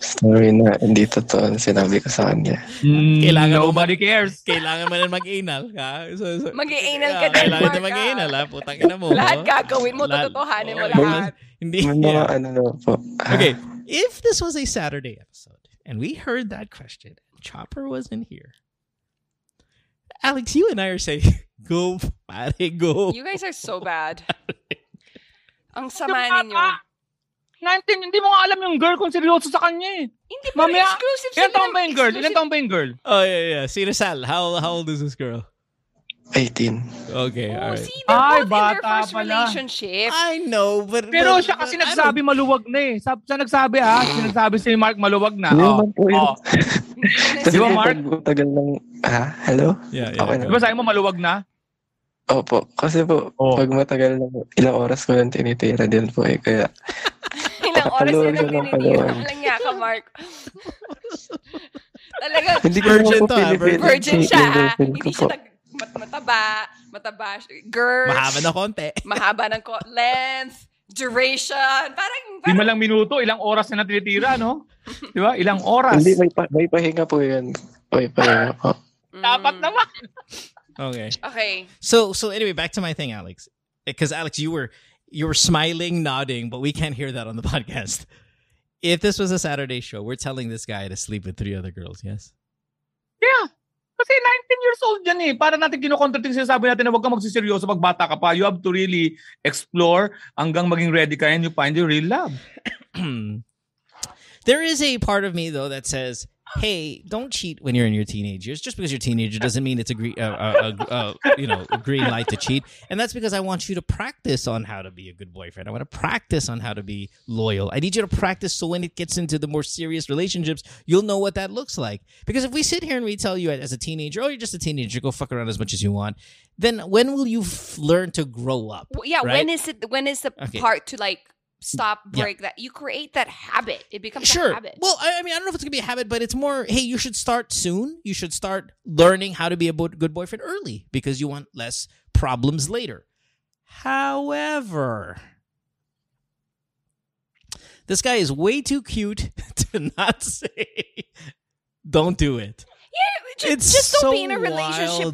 story na hindi totoo ang sinabi ko sa kanya.
Kailangan mo-
Nobody cares.
Kailangan mo na mag-anal. Ha? So, so,
Mag-i-anal ka
Ah,
din,
Kailangan
Mark,
na mag-anal.
ah.
Ha? Putang ina mo.
Lahat
ha?
gagawin mo,
Lahat.
tototohanin mo
Okay.
lahat.
Hindi.
May
yeah.
mga ano na po. ah,
Okay. If this was a Saturday episode and we heard that question, Chopper wasn't here. Alex, you and I are saying, go, pare, go.
"Ah, You guys are so bad. Ang
Yung
sama
bata,
ninyo.
19, hindi mo nga alam yung girl kung seryoso sa kanya eh.
Hindi pa
Mamaya,
exclusive sila
Ilan taon
ng
ba yung girl? Ilan
exclusive-
taon ba yung girl?
Oh, yeah, yeah. Sina Sal, how, how old is this girl?
18.
Okay, all
Oh,
right.
see, they're
Ay,
both in
bata
their first
pala.
relationship.
I know, but...
Pero
but-
siya kasi
ano?
but I
nagsabi maluwag na eh. Sab siya nagsabi ha, sinasabi si Mark maluwag na.
Mm.
Oh.
Hindi naman po yun.
Oh.
Kasi
Di ba,
po,
Mark?
pag tagal ng... Ha? Hello?
don't- Yeah,
Okay
yeah.
Di ba Diba sabi mo maluwag na?
Opo. Kasi po,
Oh.
pag matagal ng ilang oras ko lang tinitira din po eh. Kaya
Ilang oras na
Paluwag
nang
na lang,
tinitira
paluwag.
mo lang niya ka, Mark. Talaga,
hindi ko
Virgin
naman po
to, ah,
pinipilit
virgin
yung
siya. ah.
girlfriend ko
Hindi
po.
siya nag, mat- mataba, mataba. siya. Girth,
Mahaba na konti.
mahaba ng ko- length, duration. Parang,
Di man
parang
lang minuto, ilang oras na natinitira, no? Di ba? Ilang oras.
Hindi, may, pa, may pahinga po yun. May
Ah.
pahinga po.
Mm.
Dapat naman.
Okay.
Okay.
So, so anyway, back to my thing, Alex. Because Alex, you were you were smiling, nodding, but we can't hear that on the podcast. If this was a Saturday show, we're telling this guy to sleep with three other girls. Yes.
Yeah. Kasi 19 years old yan eh. Para natin kinokontrata yung sinasabi natin na huwag kang magsiseryoso pag bata ka pa. You have to really explore hanggang maging ready ka and you find your real love.
there is a part of me though that says, "Hey, don't cheat when you're in your teenage years. Just because you're a teenager doesn't mean it's a green, uh, uh, uh, uh, you know, a green light to cheat." And that's because I want you to practice on how to be a good boyfriend. I want to practice on how to be loyal. I need you to practice so when it gets into the more serious relationships, you'll know what that looks like. Because if we sit here and we tell you as a teenager, "Oh, you're just a teenager. Go fuck around as much as you want," then when will you f- learn to grow up?
W- Yeah,
right?
when is it, when is the
Okay.
part to like, stop,
Yeah.
break that? You create that habit. It becomes a
sure.
habit.
Well, I, I mean, I don't know if it's gonna be a habit, but it's more. Hey, you should start soon. You should start learning how to be a bo- good boyfriend early because you want less problems later. However, this guy is way too cute to not say, "Don't do it."
just,
It's
just don't
so
be in a relationship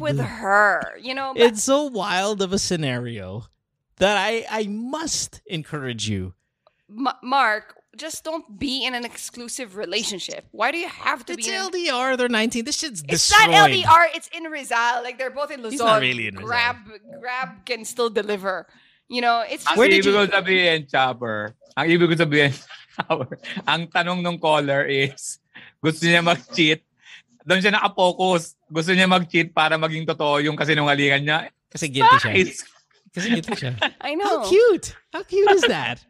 wild.
with her. You know, but
It's so wild of a scenario that I I must encourage you
Ma- Mark, just don't be in an exclusive relationship. Why do you have to
It's
be? in-
LDR. They're 19. This shit's
it's
destroyed.
not LDR. It's in Rizal. Like they're both in Luzon.
He's not really in Rizal.
grab, grab can still deliver. You know, it's just,
Ang
Where did
ibig
you-
ko sabihin, Chopper, ang ibig ko sabihin, Chopper, ang tanong ng caller is, gusto niya mag-cheat? Doon siya nakapokus. Gusto niya mag-cheat para maging totoo yung kasinungalingan niya.
Kasi guilty siya.
Guys,
Kasi guilty siya.
I
How
know.
cute. How cute is that?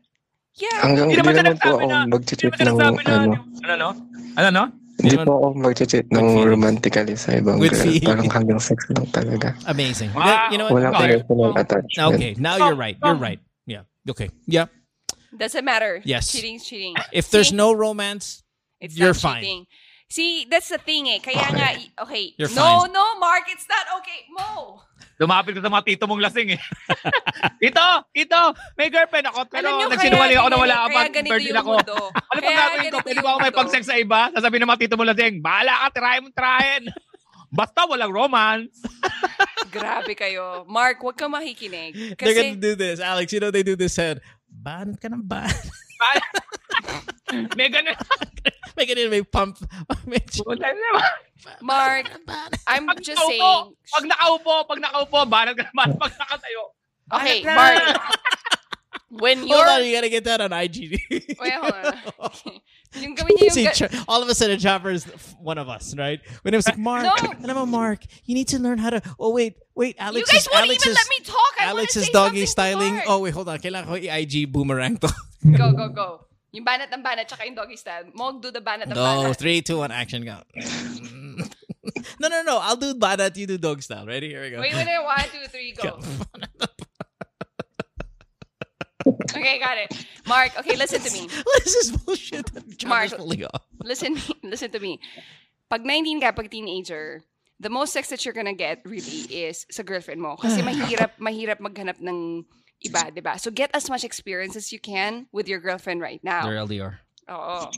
Yeah,
Hanggang
Hindi naman
hindi
siya
naman po
nagsabi
ako
na-
mag-cheat
hindi naman siya
ng
nagsabi na,
ano.
ano, no? Ano, no?
Hindi
Hindi
po ako mag-cheat ng
With feelings.
romantically sa ibang
With
girl.
feelings.
Parang hanggang sex lang talaga.
Amazing.
Wow.
That- you know what?
Walang
Okay.
emotional attachment.
Okay, now you're right. You're right. Yeah. Okay. Yeah.
doesn't matter.
Yes.
cheating's cheating.
If there's
See?
no romance,
It's
You're
not
fine.
cheating. See, that's the thing eh. Kaya nga, okay.
You're
no,
fine.
no, Mark, it's not okay. Mo.
Lumapit ko sa mga tito mong lasing eh. ito, ito, may girlfriend ako pero
Alam nyo,
nagsinungaling ako na wala ako pag
kaya ganito
birthday
yung
ako.
mundo.
Ano
Kaya
pag gagawin ko?
ganito
Pwede
yung
ba ako may
mundo.
pag-sex sa iba? Sasabihin ng mga tito mong lasing, bahala ka, try mo, tryin. Basta walang romance.
Grabe kayo. Mark, huwag ka makikinig.
they're going to
Kasi,
do this. Alex, you know they do this said, ban ka ng ban.
Bahala. may ganun.
Make it in, may pump. May
Puta ano naman.
Mark,
ban.
I'm
Pag
just
nakaupo,
saying.
Pag nakaupo, pag nakaupo, bahala ka naman. Pag nakatayo.
Okay,
Ano na?
Oh, Mark, when
Hold on,
you're...
you got to get that on IG.
Wait, hold on. yung gawin niyo
See,
yung... ga-
Ch- all of a sudden, Chopper is f- one of us, right? When it was like, Mark,
No.
and I'm a Mark, you need to learn how to. Oh, wait, wait,
you
Alex
guys
is.
won't
Alex
even
is,
let me talk. I
Alex
wanna
is doggy
say something to
styling.
Mark.
Oh, wait, hold on. Kailangan ko i-IG boomerang to.
Go, go, go. Yung banat ng banat, tsaka yung doggy style. Mog, do the banat ng
Go,
banat.
three, two, one, action, go. No, no, no. I'll do Badat. You do dog style. Ready? Here we go.
Wait, wait, wait. One, two, three, go. Okay, got it. Mark, okay, listen to me.
This is bullshit. John
Mark.
is falling off.
Listen, listen to me. Pag 19 ka, pag teenager, the most sex that you're gonna get really is sa girlfriend mo.
Ah,
Kasi mahirap, mahirap maghanap ng iba, di ba? So get as much experience as you can with your girlfriend right now.
They're LDR.
Oo.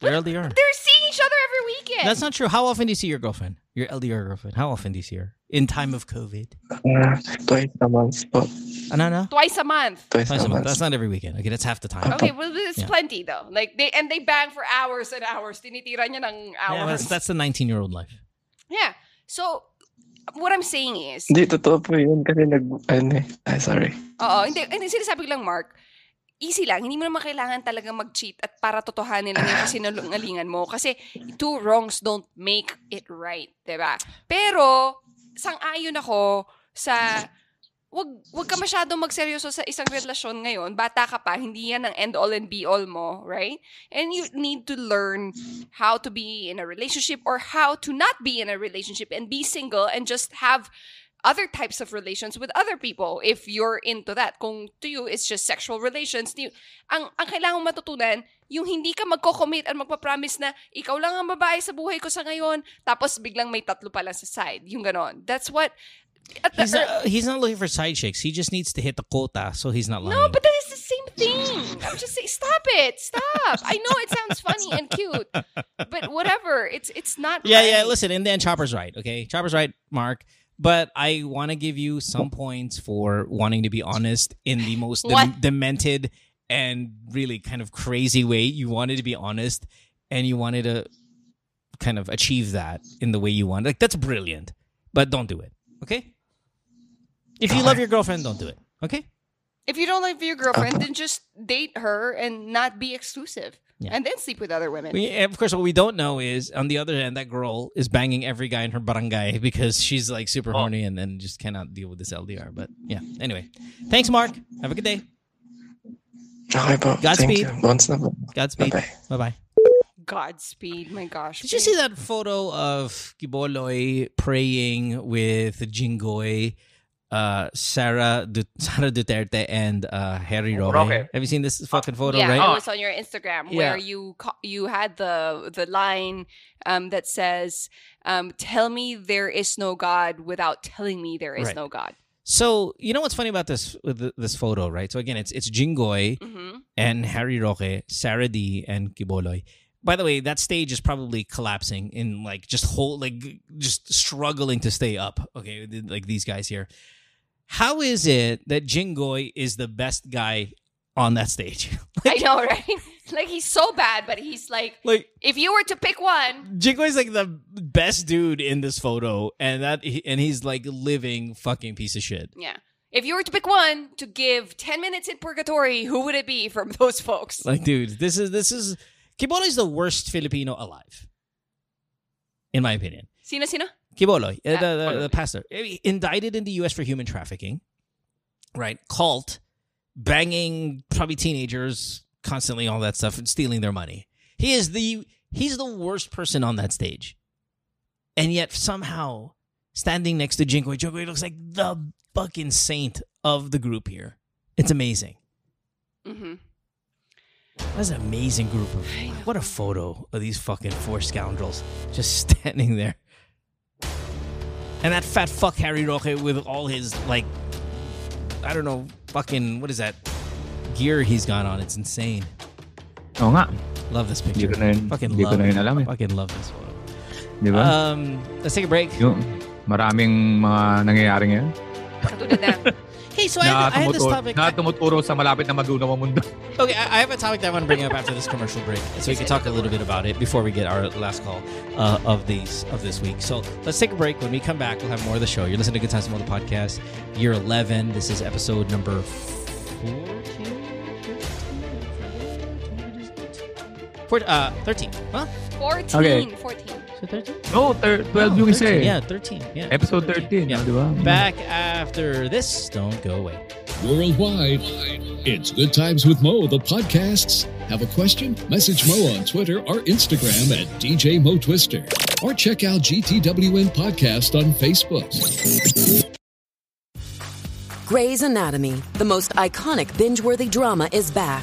They're LDR.
They're seeing each other every weekend.
That's not true. How often do you see your girlfriend? Your LDR girlfriend? How often do you see her? In time of COVID?
Ah, twice a month po.
Ano na?
Twice a month.
Twice,
Twice a month. That's
month.
not every weekend. Okay, that's half the time.
Okay, well, it's
Yeah.
plenty though. Like they and they bang for hours and hours. Tinitira niya ng
Yeah,
hours.
that's, that's the 19 year old life.
yeah. So what I'm saying is,
Hindi, totoo po yun. Kasi nag... Ano eh. Ah, sorry.
oo, hindi, hindi sinasabi ko lang Mark, easy lang. Hindi mo naman kailangan talaga mag-cheat at para totohanin lang yung kasinungalingan mo. Kasi two wrongs don't make it right, 'di ba? Pero sang-ayon ako sa wag wag ka masyadong magseryoso sa isang relasyon ngayon. Bata ka pa, hindi yan ang end all and be all mo, right? And you need to learn how to be in a relationship or how to not be in a relationship and be single and just have other types of relations with other people if you're into that. Kung to you, it's just sexual relations. Di- Ang, ang kailangan mong matutunan, yung hindi ka magko-commit at magpa-promise na ikaw lang ang babae sa buhay ko sa ngayon, tapos biglang may tatlo pa lang sa side. Yung ganon. That's what... at the
He's not,
ear-
uh, he's not looking for side chicks. He just needs to hit the quota, so he's not lying.
No, but that is the same thing. I'm just saying, stop it, stop. I know it sounds funny and cute, but whatever. It's it's not.
yeah, yeah.
right.
Listen, and then Chopper's right. Okay, Chopper's right, Mark. But I want to give you some points for wanting to be honest in the most dem-
What?
demented and really kind of crazy way you wanted to be honest, and you wanted to kind of achieve that in the way you want. Like that's brilliant, but don't do it. Okay. If you love your girlfriend, don't do it. Okay.
If you don't like your girlfriend, then just date her and not be exclusive,
Yeah.
and then sleep with other women.
We, and of course, what we don't know is on the other hand, that girl is banging every guy in her barangay because she's like super
Oh.
horny and then just cannot deal with this LDR. But yeah, anyway, thanks, Mark. Have a good day.
Okay po.
Godspeed.
Thank you. Once na po.
Godspeed.
Bye-bye.
Bye bye.
Godspeed, my gosh.
Did you see that photo of Kiboloy praying with Jingoy, uh, Sarah, du- Sarah Duterte, and uh, Harry
Oh,
Roque?
Roque.
Have you seen this fucking photo,
yeah,
right?
Oh.
it was on your Instagram
Yeah.
where you ca- you had the the line um, that says, um, "Tell me there is no God without telling me there is
Right.
no God."
So, you know what's funny about this with this photo, right? So, again, it's it's Jingoy.
hmm
and Harry Roque, Sarah D, and Kiboloy. By the way, that stage is probably collapsing in like just whole like just struggling to stay up. Okay, like these guys here. How is it that Jingoy is the best guy on that stage?
I know, right? like he's so bad, but he's like
like
If you were to pick one,
Jingoy's like the best dude in this photo, and that and he's like living fucking piece of shit.
yeah. If you were to pick one to give 10 minutes in purgatory, who would it be from those folks?
Like, dude, this is this is Kiboloy's the worst Filipino alive, in my opinion.
Sina, sina?
Kiboloy, uh, the, the, the
Kiboloy.
pastor, eh, indicted in the U.S. for human trafficking, right? Cult, banging probably teenagers constantly, all that stuff, and stealing their money. He is the he's the worst person on that stage, and yet somehow standing next to Jinko Jinko looks like the fucking saint of the group here. It's amazing.
Mm-hmm.
That's an amazing group of. What a photo of these fucking four scoundrels just standing there. And that fat fuck Harry Roque with all his, like, I don't know, fucking, what is that gear he's got on? It's insane.
Oo nga.
Love this
Hindi
picture.
ko na yun,
Fucking
hindi ko
love
na
it.
yun alam eh.
Fucking love this photo.
Di ba?
Um, let's take a break.
yung maraming mga nangyayari ngayon.
Katulad ng,
Hey, so I had, I had this
tumutu-
topic.
na tumuturo sa malapit na magunaw ang mundo.
Okay, I, I have a topic that I want to bring up after this commercial break, so we can talk a little bit about it before we get our last call uh, of these of this week. So let's take a break. When we come back, we'll have more of the show. You're listening to Good Times Mother podcast, year eleven. This is episode number four, uh, thirteen. Huh?
14,
Okay.
14.
Is
It's
it thirteen?
No, ter- 12 yung isa eh.
Yeah, thirteen. Yeah.
Episode 13,
Yeah.
di ba?
Back after this. Don't go away.
worldwide. It's Good Times with Mo, the podcasts. Have a question? Message Mo on Twitter or Instagram at DJ Mo Twister. Or check out GTWN Podcast on Facebook.
Grey's Anatomy, the most iconic binge worthy drama, is back,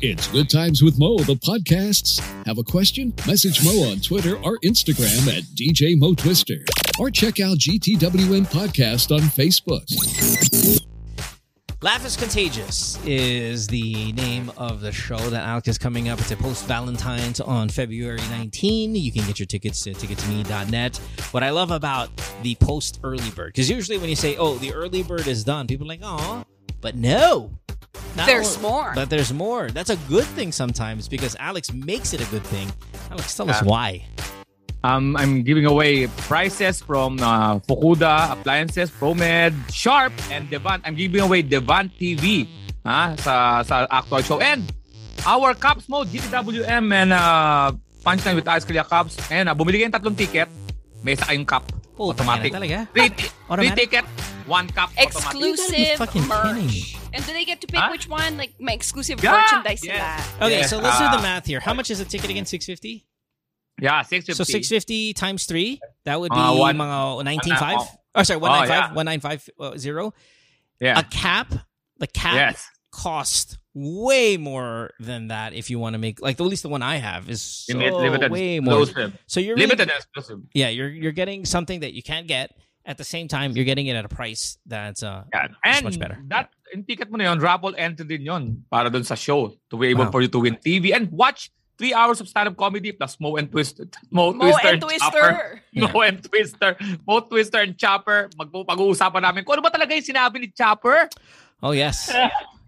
It's Good Times with Mo, the podcasts. Have a question? Message Mo on Twitter or Instagram at DJ Mo Twister. Or check out GTWN Podcast on Facebook.
Laugh is Contagious is the name of the show that Alec is coming up. It's a post Valentine's on February 19. You can get your tickets at ticketsme.net. What I love about the post early bird, because usually when you say, oh, the early bird is done, people are like, oh, but no. Not
There's
all-
more.
But there's more. That's a good thing sometimes because Alex makes it a good thing. Alex, tell us
Yeah.
why.
Um, I'm giving away prices from uh, Fukuda Appliances, Promed, Sharp, and Devant. I'm giving away Devant TV ah, sa, sa actual show. And our Cups mo, GTWM and uh, Punchline with Ice Kalia Cups. Ayun na, bumili kayo ng tatlong ticket. May isa kayong cup.
Oh,
automatic.
tangina talaga.
Three, ti- three
Automatic?
ticket, one cup. Automatic.
You
exclusive
gotta be fucking kidding
merch.
me.
And do they get to pick
Huh?
which one? Like my exclusive
Yeah,
merchandise
yes.
sila.
Okay,
Yeah.
so let's do
Ah.
the math here. How much is a ticket again? 650?
Yeah, 650.
So 650 times 3, that would be
Mga Uh, one-
mga 195.
one-
oh, sorry, 195,
yeah.
1950.
Yeah.
uh, A cap, the cap
Yes.
cost way more than that if you want to make like at least the one I have is so
Limit- limited.
way more.
Exclusive.
So you're really-
Limited and exclusive.
yeah, you're you're getting something that you can't get at the same time you're getting it at a price that's uh
Yeah.
It's
And
much better.
that yung ticket mo na yun, raffle entry din yun para dun sa show to be able
Wow.
for you to win TV and watch three hours of stand-up comedy plus Mo and Twister. Mo,
Mo
Twister
and Twister.
Chopper. Mo and Twister. Mo, Twister and Chopper. Magpapag-uusapan namin kung ano ba talaga yung sinabi ni Chopper.
Oh yes.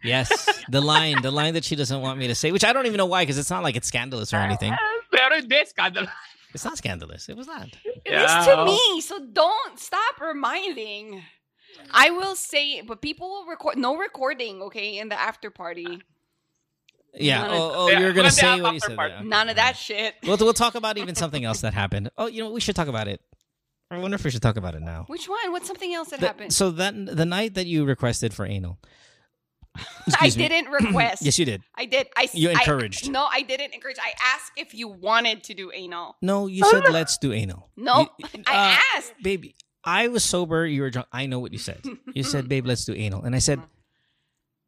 yes. The line, the line that she doesn't want me to say, which I don't even know why because it's not like it's scandalous or anything.
Pero hindi, scandal.
It's not scandalous. It was not.
It is to me, so don't stop reminding. I will say, but people will record no recording, okay, in the after party.
Ah, Yeah.
None of-
Oh, oh
Yeah,
you're gonna
but they
say
have
what you
after
said.
party.
there. Okay.
None of that shit.
We'll, we'll talk about even something else that happened. Oh, you know, what? we should talk about it. I wonder if we should talk about it now.
Which one? What's something else that
The-
happened?
so that the night that you requested for anal.
I
Excuse me.
didn't request.
Yes, you did.
I did. I s-
You
I-
encouraged.
no, I didn't encourage. I asked if you wanted to do anal.
No, you said let's do anal.
No,
You-
I
uh,
asked.
baby. I was sober. You were drunk. I know what you said. You said, "Babe, let's do anal," and I said,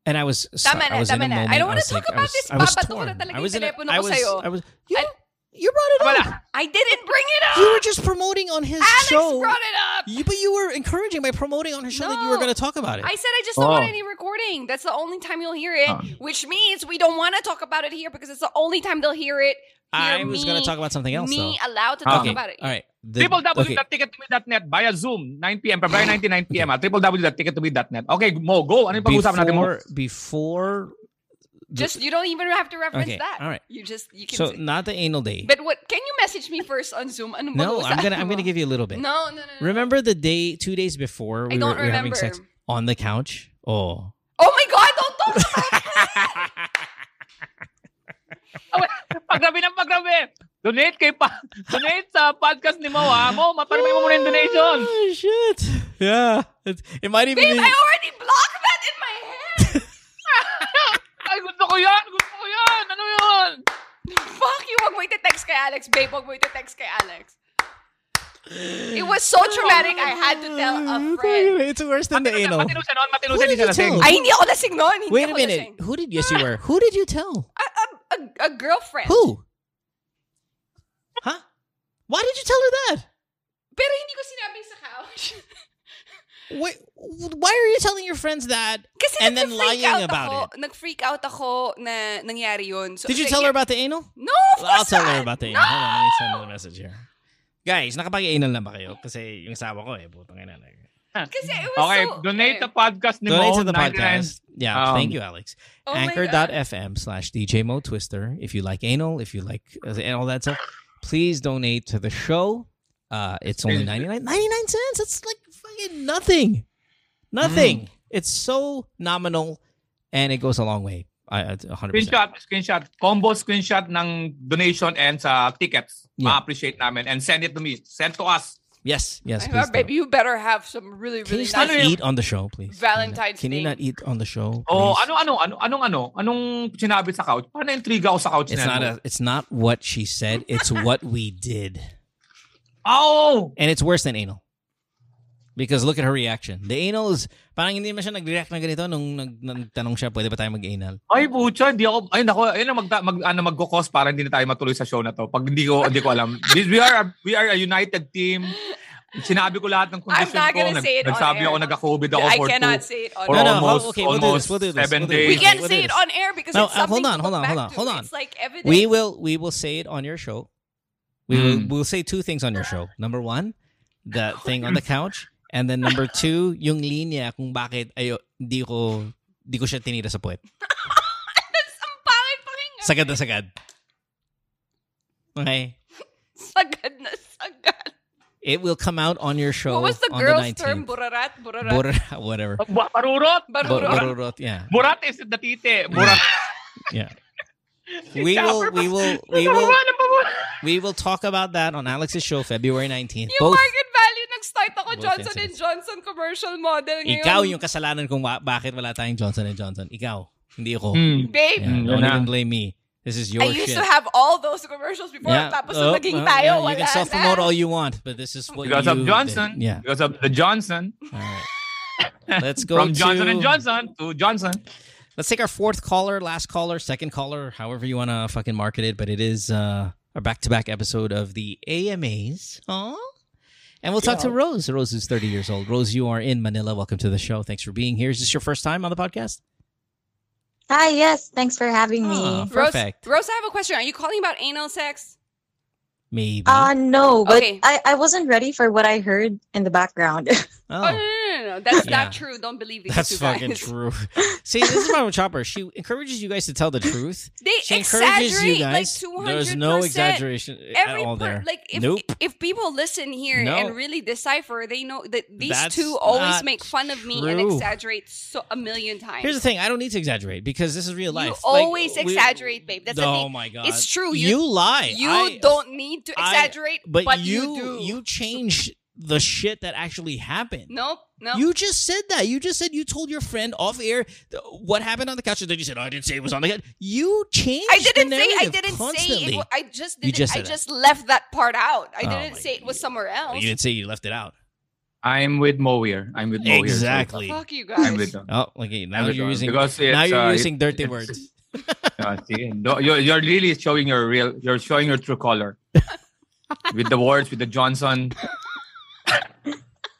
and I was. Sorry,
Tama na,
I was in
tama
a
na. Uh-huh.
moment.
I don't wanna
was
talk
like- I
about
was-
this,
I was
Papa. Tawala
torn.
talaga
I
yung
was in. A,
telepono ko
I was.
sa'yo.
I was. You,
I-
you brought it up.
Wala.
I didn't bring it up.
You were just promoting on his
Alex
show.
brought it up.
You, but you were encouraging by promoting on his show that you were
No.
going to talk about it.
I said I just don't want
Oh.
any recording. That's the only time you'll hear it,
Ah.
which means we don't want to talk about it here because it's the only time they'll hear it.
I
Hear
was
me-
going to talk about something else, though.
Me allowed to talk
okay.
about it.
All right. The- okay.
www.tickettome.net via Zoom, 9 p.m. February 19, 9 p.m. ah, www.tickettome.net. Okay, Mo, go. Ano yung pag-uusapan natin, Mo?
before, before
Just you don't even have to reference
Okay,
that.
all right.
You just you can.
so
say-
not the anal day.
but what? Can you message me first on Zoom? Ano ba
no, I'm
usapan
gonna I'm gonna
mo?
give you a little bit.
No, no, no. no.
Remember the day two days before we,
I
were,
don't
we were having
remember.
sex on the couch? Oh,
Oh my God! Don't talk about it.
pagrabe ng pagrabe. Donate kay pa. Donate sa podcast ni Mo, ha? Mo, maparimay mo muna yung donation.
Oh, shit. Yeah, it, it might even. be-
Babe, I already blocked that in my head.
Ay, gusto ko yan! Gusto ko yan! Ano yun?
Fuck you! Wag mo ite-text kay Alex, babe. Wag mo ite-text kay Alex. It was so traumatic. I had to tell a friend.
It's worse than the
Matinu-
anal.
Matinu siya noon.
Ano
Matinu siya
oh? Who
di siya
did you
lasing.
tell?
Ay, hindi ako lasing noon. Hindi
Wait a
ako
minute.
Lasing.
Who did yes you were? Who did you tell?
A, a, a- a girlfriend.
Who? Huh? Why did you tell her that?
Pero hindi ko sinabi sa couch.
Wait, why are you telling your friends that
Kasi
and then lying
nag-freak out
about
ako.
it?
Nag-freak out ako na nangyari yun. So,
Did you
so,
tell her
yeah.
about the anal?
No, of course
I'll tell her
not.
about the anal.
No!
Hold on, let me send her a message here. Guys, nakapag-anal na ba kayo? Kasi yung asawa ko eh, putang ina.
Kasi it was
Okay,
so...
donate the podcast ni
Donate
Mo.
to the
99
podcast. Yeah,
Um,
thank you, Alex.
Oh my God.
Anchor.fm slash DJ Mo Twister. If you like anal, if you like uh, and all that stuff, please donate to the show. Uh, it's only 99, 99 cents. It's like fucking nothing. Nothing.
Mm.
It's so nominal and it goes a long way. I, I- 100%.
Screenshot, screenshot. Combo screenshot ng donation and sa tickets.
Yeah.
Ma-appreciate namin. And send it to me. Send to us.
Yes, yes. please
Ay, ba-
do.
babe, you better have some really,
Can you
really
not
nice.
eat on the show, please?
Valentine's
Can you not eat on the show?
Oh,
please?
ano ano ano anong ano? Anong sinabi sa couch? Parang na-intriga ako sa couch
It's
na.
not
ano.
a, It's not what she said. It's what we did,
Oh!
and it's worse than anal. Because look at her reaction. The anal is parang hindi naman siya nag-react na ganito nung nag, nagtanong siya, pwede ba tayo mag-anal?
Ay, pucha, hindi ako, ay nako, ayun ang mag, mag, ano, magkukos para hindi na tayo matuloy sa show na to. Pag hindi ko, hindi ko alam. This- we are, a, we are a united team. Sinabi ko lahat ng condition
not
ko.
gonna say it on
nagsabi
air.
ako, nagka-COVID ako
I
for
cannot
two.
say it
No, no,
Or
on
oh,
air.
almost,
okay, we'll do
almost
this, we'll do this,
seven
we'll do this.
days.
We can't
What
say
is?
it on air because
No,
it's
uh, hold
something
on,
to
hold on,
look back
hold on,
to.
hold on.
It's like evidence.
We will we will say it on your show. We will
Hmm.
Mm.
we'll say two things on your show. Number one, the thing on the couch, and then number two, yung linya kung bakit ayo di ko di ko siya tinira sa puwet.
Ang pangit pakinggan.
Sagad na sagad. Okay.
Sagad na sagad.
It will come out on your show
What was the
on
girl's
the 19th.
term? Burarat? Burarat?
Bur- whatever.
Ba- Barurot!
Bur-
Barurot?
bururot, yeah.
Burat is the tite. Burat.
Yeah. We will we will we will
Ano ba mo?
we will talk about that on Alex's show February 19th.
Yung
Both
market value, nag-start ako
Both
Johnson
incidents.
and Johnson commercial model ngayon.
ikaw yung kasalanan kung wa- bakit wala tayong Johnson and Johnson. Ikaw, hindi ako.
Hmm.
Babe,
Yeah,
Mm,
don't
yun na.
even blame me. This is your
I used
shit.
to have all those commercials before.
Yeah.
Tapos
Oh,
nung naging
well,
tayo,
yeah, you
wala
can self-promote
na.
all you want, but this is what
Because
you
of Johnson.
did. Yeah.
Because of the Johnson.
All right. Let's go
From
to-
Johnson and Johnson to Johnson.
Let's take our fourth caller, last caller, second caller, however you want to fucking market it. But it is uh, a back-to-back episode of the AMAs. Aww. And we'll talk to Rose. Rose is 30 years old. Rose, you are in Manila. Welcome to the show. Thanks for being here. Is this your first time on the podcast?
Hi, yes. Thanks for having
Ah,
me.
Rose,
perfect.
Rose, I have a question. Are you calling about anal sex?
Maybe.
Uh, no, but
Okay.
I, I wasn't ready for what I heard in the background.
oh.
Oh, no, no, no, no. That's
Yeah.
not true. Don't believe these
That's
two
fucking
guys.
true. See, this is the problem with Chopper. She encourages you guys to tell the truth.
They
She encourages
exaggerate
you guys.
like 200%.
There's no exaggeration
Every
at all
per-
there.
Like if,
nope.
if people listen here
No.
and really decipher, they know that these
That's
two always
not
make fun of me and
true.
exaggerate so a million times.
Here's the thing. I don't need to exaggerate because this is real life.
You
Like,
always
we-
exaggerate, babe. That's the
oh
thing.
my god.
It's true.
You,
You-
lie.
You
I-
don't need to
I-
exaggerate,
But,
you, do.
you change the shit that actually happened.
nope, nope.
You just said that. You just said you told your friend off air th- what happened on the couch, and then you said, "I didn't say it was on the couch." You changed.
I didn't
the
say. I
narrative
didn't say. It,
constantly.
wa- I just
You
didn't.
just
I
said that.
just left that part out. I
Oh
didn't
my
say it was
God. Oh,
somewhere else.
You didn't say you left it out.
I'm with Mo here. I'm
Oh,
with Mo here.
Exactly.
Fuck you
I'm
guys.
with him.
Oh, okay. Now
I'm with
you're
him.
using
Because it's,
now you're
uh,
using dirty
it's-
words.
uh, see?
Ah, No, you're, you're really showing your real. You're showing your true color with the words, with the Johnson.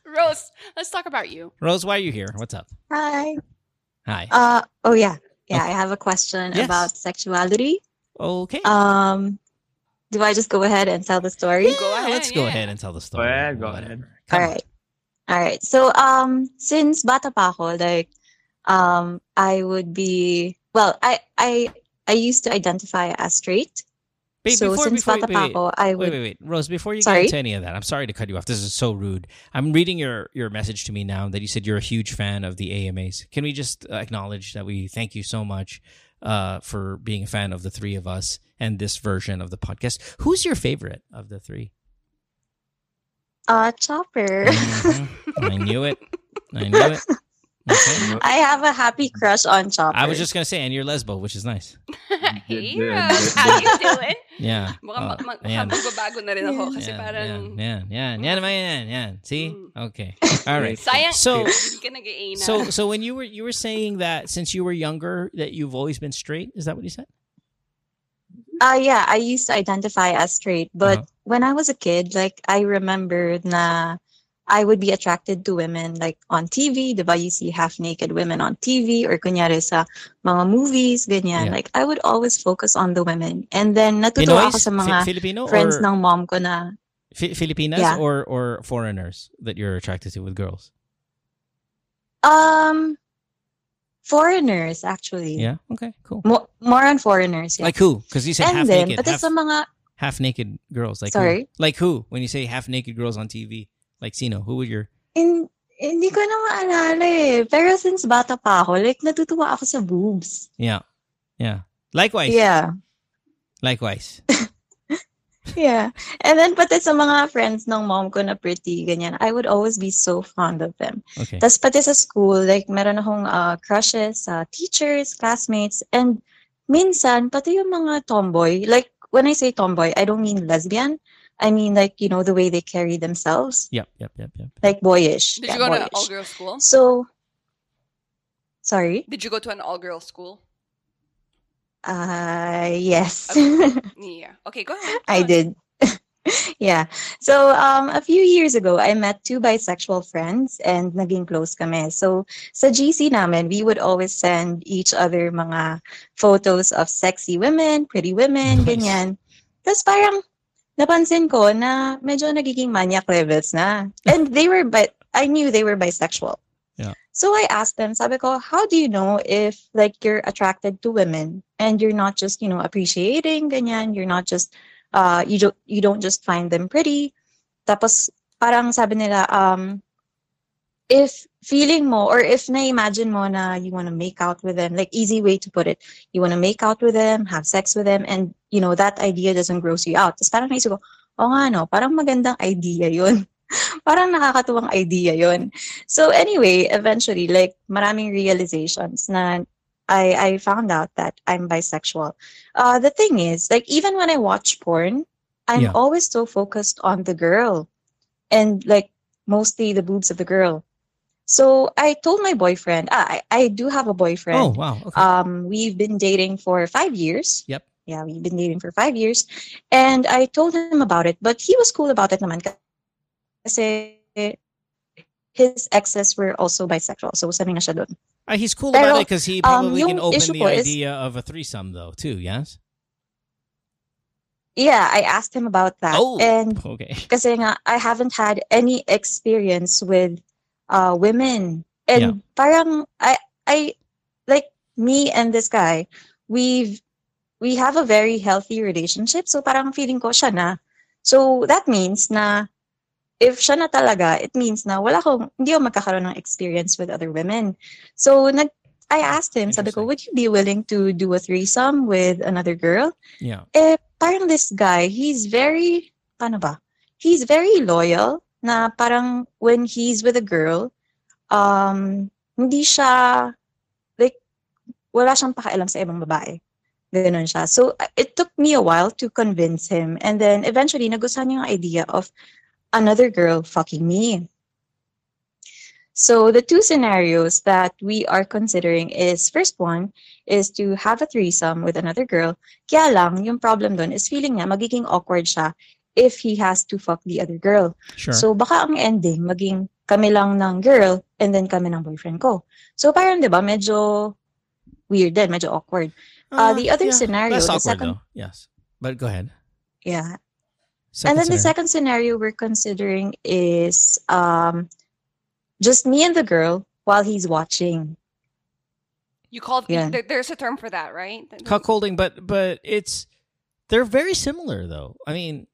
Rose, let's talk about you.
Rose, why are you here? What's up?
Hi.
Hi.
Uh, oh, yeah. Yeah, I have a question
Yes.
about sexuality.
Okay.
Um, do I just go ahead and tell the story?
go ahead,
Let's go
yeah.
ahead and tell the story.
Well, go
Whatever.
ahead.
Come
All
on.
right. All right. So um since bata pa ako, like um I would be well, I I I used to identify as straight.
Wait,
so
before-
since
before-
bata
wait,
pa
wait.
ako, I
Wait,
would
wait, wait, Rose. Before you get
Sorry?
into any of that, I'm sorry to cut you off. This is so rude. I'm reading your your message to me now that you said you're a huge fan of the AMAs. Can we just uh, acknowledge that we thank you so much uh, for being a fan of the three of us and this version of the podcast? Who's your favorite of the three?
uh chopper.
Mhm. I knew it. I knew it. Okay.
I have a happy crush on chopper.
I was just gonna say, and you're lesbo, which is nice.
hey,
good,
Rose,
good,
how you doing?
Yeah.
Mukhang
Oh,
mag- mag-
ayan.
magbabago na rin ako kasi
Yan,
parang
yan, yan, yan, yan, naman yan, yan. See? Okay. All right.
sayang
So-
hindi ka nag-aina.
So, so when you were you were saying that since you were younger that you've always been straight, is that what you said?
uh yeah, I used to identify as straight, but
Uh-huh.
when I was a kid, like I remembered na I would be attracted to women like on TV, diba? You see half naked women on TV or kunyari sa mga movies, ganyan.
Yeah.
Like I would always focus on the women. And then natutuwa
Pinoy,
ako sa
Fi-
mga
Filipino
friends
or
ng mom ko na
Fi- Filipinas
Yeah.
or or foreigners that you're attracted to with girls.
um Foreigners, actually.
Yeah. Okay. Cool.
Mo- more on foreigners. Yeah.
Like who? Because you said half
and then,
naked.
pati
Half,
sa mga,
half naked girls. Like Who?
Sorry?
Like who? When you say half naked girls on TV, like Sino? Who would your?
in, hindi ko na maalala eh. Pero since bata pa ako, like natutuwa ako sa boobs.
Yeah. Yeah. Likewise.
Yeah.
Likewise.
Yeah. And then pati sa mga friends ng mom ko na pretty, ganyan, I would always be so fond of them.
Okay.
Tapos pati sa school, like meron akong uh, crushes sa teachers, classmates, and minsan pati yung mga tomboy. Like when I say tomboy, I don't mean lesbian. I mean like, you know, the way they carry themselves,
Yep. Yep. Yep. Yep.
like boyish.
Did
Yeah,
you go to an
boyish.
all girls school?
So, sorry?
Did you go to an all girls school?
Uh, yes.
Yeah. Okay, go ahead.
I did. yeah. So um, a few years ago, I met two bisexual friends and naging close kami. So sa GC namin, we would always send each other mga photos of sexy women, pretty women,
Nice.
ganyan. Tapos parang napansin ko na medyo nagiging maniac levels na. And they were, but I knew they were bisexual.
Yeah.
So I asked them, sabi ko, how do you know if like you're attracted to women and you're not just, you know, appreciating, ganyan, you're not just, uh, you, don't you don't just find them pretty. Tapos parang sabi nila, um, if feeling mo or if na-imagine mo na you want to make out with them, like easy way to put it, you want to make out with them, have sex with them, and you know, that idea doesn't gross you out. Tapos parang naisip ko, o nga no, parang magandang idea yun. parang nakakatuwang idea yun. So anyway, eventually, like maraming realizations na I, I found out that I'm bisexual. Uh, the thing is, like even when I watch porn, I'm
Yeah.
always so focused on the girl and like mostly the boobs of the girl. So I told my boyfriend, ah, I, I do have a boyfriend.
Oh wow. Okay.
Um, we've been dating for five years.
Yep.
Yeah, we've been dating for five years. And I told him about it, but he was cool about it naman ka- kasi his exes were also bisexual. So sabi na siya dun.
Ah, he's cool
Pero,
about it because he probably
yung
can open
um, issue
the
ko is-
idea of a threesome though too. Yes.
Yeah, I asked him about that.
Oh.
And
Okay.
kasi nga, I haven't had any experience with uh, women. And
Yeah.
parang, I, I, like me and this guy, we've, we have a very healthy relationship. So parang feeling ko siya na. So that means na, if siya na talaga, it means na wala akong, hindi ako magkakaroon ng experience with other women. So nag, I asked him, sabi ko,
Interesting.
would you be willing to do a threesome with another girl?
Yeah.
eh, parang this guy, he's very, paano ba? He's very loyal na parang when he's with a girl, um, hindi siya, like, wala siyang pakialam sa ibang babae. Ganun siya. So, uh, it took me a while to convince him. And then, eventually, nagustuhan niya yung idea of another girl fucking me. So, the two scenarios that we are considering is, first one, is to have a threesome with another girl Kaya lang, yung problem dun is feeling niya magiging awkward siya if he has to fuck the other girl.
Sure.
So baka ang ending maging kami lang ng girl and then kami ng boyfriend ko. So parang 'di ba medyo weird din, medyo awkward. Uh, the other
Ah, yeah.
scenario,
That's
the
awkward
second-
though. Yes. But go ahead.
Yeah.
Second
and then the
scenario.
second scenario we're considering is um just me and the girl while he's watching.
You called.
Yeah.
There, there's a term for that, right? That-
cuckolding, but but it's they're very similar though. I mean,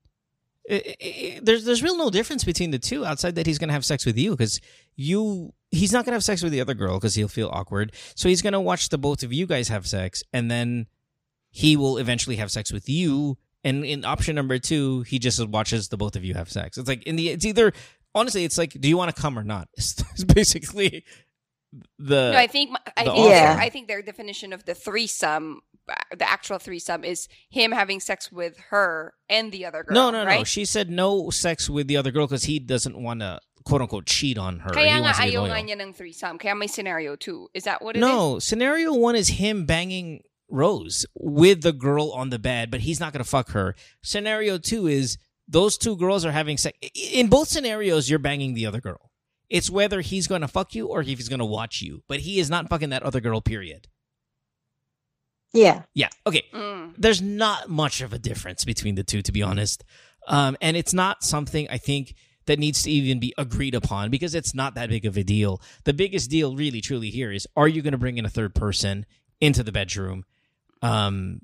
i i i there's there's real no difference between the two outside that he's gonna have sex with you because you he's not gonna have sex with the other girl because he'll feel awkward. So he's gonna watch the both of you guys have sex, and then he will eventually have sex with you. And in option number two, he just watches the both of you have sex. It's like in the it's either honestly, it's like do you want to come or not? It's, basically the
no, I think my- I
the
think, their,
offer.
I think their definition of the threesome, uh, the actual threesome, is him having sex with her and the other girl.
No, no,
right?
no. She said no sex with the other girl because he doesn't want to quote unquote cheat on her.
Kaya
he
nga
wants to be
ayaw
loyal.
nga niya ng threesome. Kaya may scenario two. Is that what it is?
No, scenario one is him banging Rose with the girl on the bed, but he's not gonna fuck her. Scenario two is those two girls are having sex. I- In both scenarios, you're banging the other girl. It's whether he's gonna fuck you or if he's gonna watch you, but he is not fucking that other girl. Period.
Yeah.
Yeah. Okay.
Mm.
there's not much of a difference between the two, to be honest. Um, and it's not something I think that needs to even be agreed upon because it's not that big of a deal. The biggest deal, really, truly, here is are you going to bring in a third person into the bedroom? Um,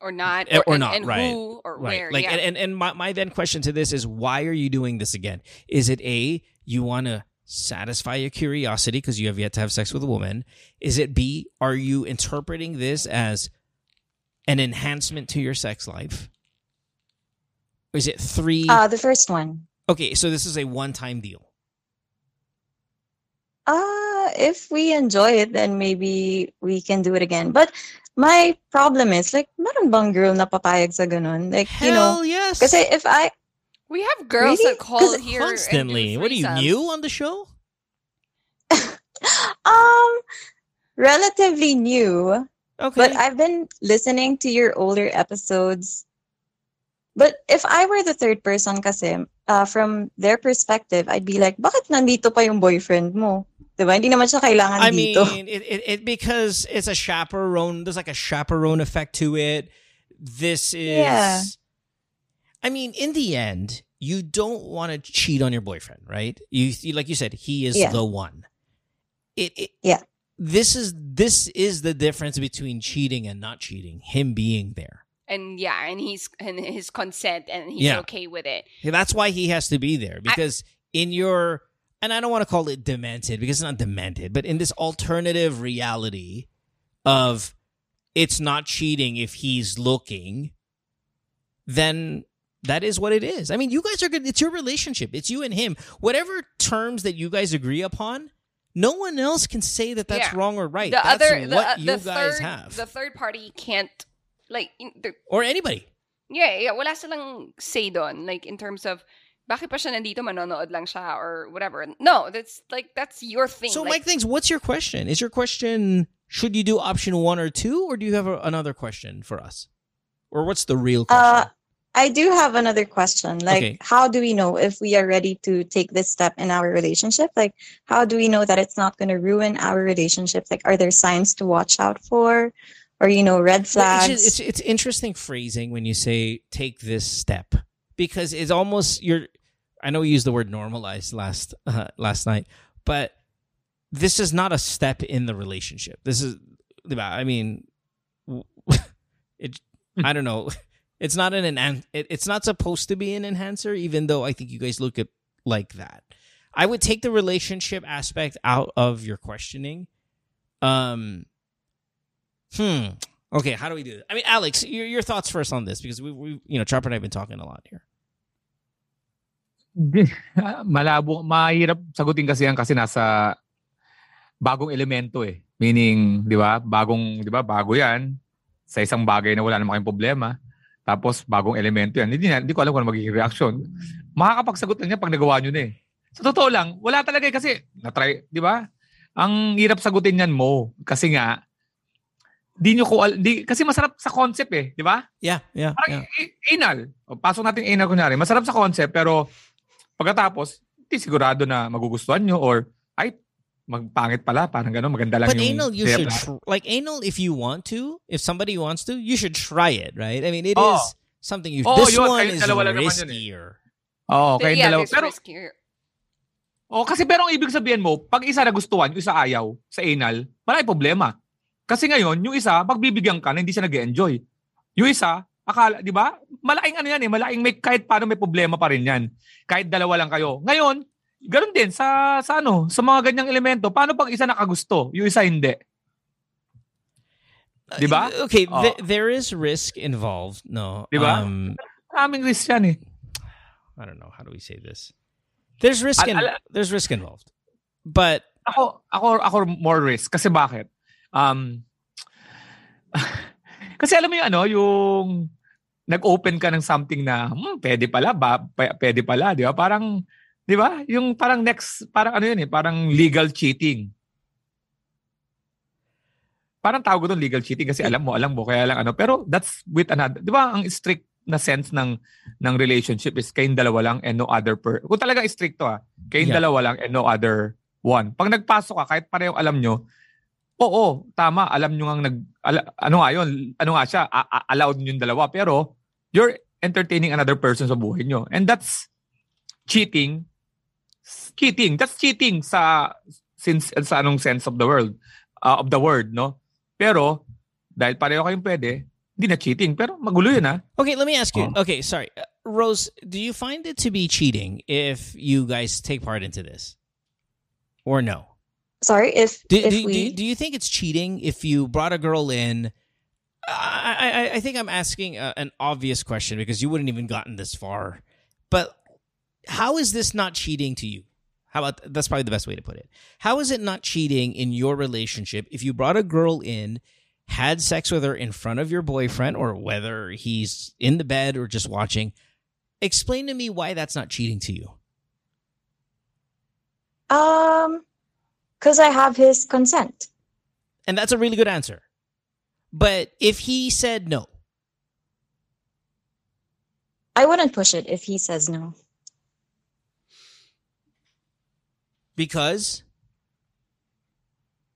or not,
Eh,
or,
or
and,
not,
and
right,
who, or
right.
where.
Like,
yeah.
and, and, and my, my then question to this is why are you doing this again? Is it A, you want to satisfy your curiosity because you have yet to have sex with a woman? Is it B, are you interpreting this as an enhancement to your sex life? Is it three?
Uh, the first one.
okay, so this is a one time deal.
Uh, if we enjoy it, then maybe we can do it again. But my problem is, like, meron bang girl na papayag sa ganun? Like, you know,
Hell yes.
kasi if I,
we have girls
Really?
that call
'Cause
here and do
Constantly. What are you,
threesomes.
new on the show?
um, relatively new,
Okay.
But I've been listening to your older episodes. But if I were the third person kasi, uh, from their perspective, I'd be like, bakit nandito pa yung boyfriend mo? Diba? Hindi naman siya kailangan
I
dito.
mean, it, it, it because it's a chaperone. There's like a chaperone effect to it. This is.
Yeah.
I mean, in the end, you don't want to cheat on your boyfriend, right? You, you like you said, he is
Yeah.
the one. It, it.
Yeah.
This is this is the difference between cheating and not cheating. Him being there.
and yeah, and he's and his consent, and he's
Yeah.
okay with it.
Yeah, That's why he has to be there because in your and I don't want to call it demented because it's not demented, but in this alternative reality of it's not cheating if he's looking, then that is what it is. I mean, you guys are good. It's your relationship. It's you and him. Whatever terms that you guys agree upon, no one else can say that that's
Yeah.
wrong or right.
the
that's
other, the,
what
the
you guys
third,
have,
the third party can't like in- the,
or anybody.
Yeah, yeah, wala silang say doon. Like, in terms of, bakit pa siya nandito, manonood lang siya, or whatever. No, that's, like, that's your thing.
So, Mike
like,
thinks, what's your question? Is your question should you do option one or two, or do you have a, another question for us, or what's the real question?
I do have another question. Like,
Okay.
how do we know if we are ready to take this step in our relationship? Like, how do we know that it's not going to ruin our relationship? Like, are there signs to watch out for? Or, you know, red
Well,
flags?
It's, just- it's it's interesting phrasing when you say take this step because it's almost you're. I know we used the word normalized last uh, last night, but this is not a step in the relationship. This is, I mean, w- it. I don't know. It's not an enhan- it, It's not supposed to be an enhancer, even though I think you guys look at like that. I would take the relationship aspect out of your questioning. Um. Hmm. Okay, how do we do this? I mean, Alex, your, your thoughts first on this because we, we you know, Chopper and I have been talking a lot here.
Malabo, mahirap sagutin kasi yan kasi nasa bagong elemento eh. Meaning, di ba? Bagong, di ba? Bago yan. Sa isang bagay na wala namang kayong problema. Tapos bagong elemento yan. Hindi, na- hindi ko alam kung ano magiging reaction. Makakapagsagot lang yan pag nagawa nyo na eh. Sa totoo lang, wala talaga eh kasi na-try, di ba? Ang hirap sagutin yan mo kasi nga, di nyo ko, al- di, kasi masarap sa concept eh, di ba?
Yeah, yeah,
Parang i- i- anal. O, pasok natin anal kunyari. Masarap sa concept pero pagkatapos, hindi sigurado na magugustuhan nyo or ay, magpangit pala. Parang gano'n, maganda lang
But
yung...
anal, you
tip.
should tr- like anal if you want to. If somebody wants to, you should try it, right? I mean, it is
Oh.
something you.
Oh,
this
yun,
one
kayo
is
dalawa lang naman yun eh.
riskier.
Oo,
the-
kayong
yeah,
dalawa.
there's
Pero,
risk here.
oh, kasi pero ang ibig sabihin mo, pag isa nagustuhan, yung isa ayaw sa anal, wala yung problema. Kasi ngayon, yung isa, pagbibigyan ka na hindi siya nag enjoy Yung isa, akala, di ba? Malaking ano yan eh, malaking may, kahit paano may problema pa rin yan. Kahit dalawa lang kayo. Ngayon, ganun din sa, sa ano, sa mga ganyang elemento. Paano pag isa nakagusto, yung isa hindi? Di ba?
Uh, Okay,
Oh.
th- there is risk involved. No,
Di ba?
Um,
Maraming risk yan eh.
I don't know. How do we say this? There's risk. In-
Al- al-
there's risk involved, but
Ako, ako, ako more risk. Kasi bakit? Um, kasi alam mo yung ano, yung nag-open ka ng something na, hmm, pwede pala, ba, p- pwede pala, di ba? Parang, di ba? Yung parang next, parang ano yun eh, parang legal cheating. Parang tawag ko doon legal cheating kasi alam mo, alam mo, kaya lang ano. Pero that's with another, di ba? Ang strict na sense ng ng relationship is kayong dalawa lang and no other per. Kung talaga strict to ah, kayong
Yeah.
dalawa lang and no other one. Pag nagpasok ka, kahit pareho alam nyo, Oo, tama. Alam nyo nga nag... ala- ano nga yun? Ano nga siya? A- a- allowed nyo yung dalawa. Pero you're entertaining another person sa buhay nyo. And that's
cheating, s- cheating, that's cheating sa since sa anong sense of the world, uh, of the word, no? Pero dahil pareho kayong pwede, hindi na cheating, pero magulo yun ah.
Okay, let me ask you.
Oh.
Okay, sorry. Uh, Rose, do you find it to be cheating if you guys take part into this? Or no?
Sorry, if
Do,
if
do,
we
do, do you think it's cheating if you brought a girl in? I, I- I, I think I'm asking a, an obvious question because you wouldn't even gotten this far. But how is this not cheating to you? How about that's probably the best way to put it. How is it not cheating in your relationship if you brought a girl in, had sex with her in front of your boyfriend, or whether he's in the bed or just watching? Explain to me why that's not cheating to you.
um, because I have his consent.
And that's a really good answer. But if he said no,
I wouldn't push it if he says no.
because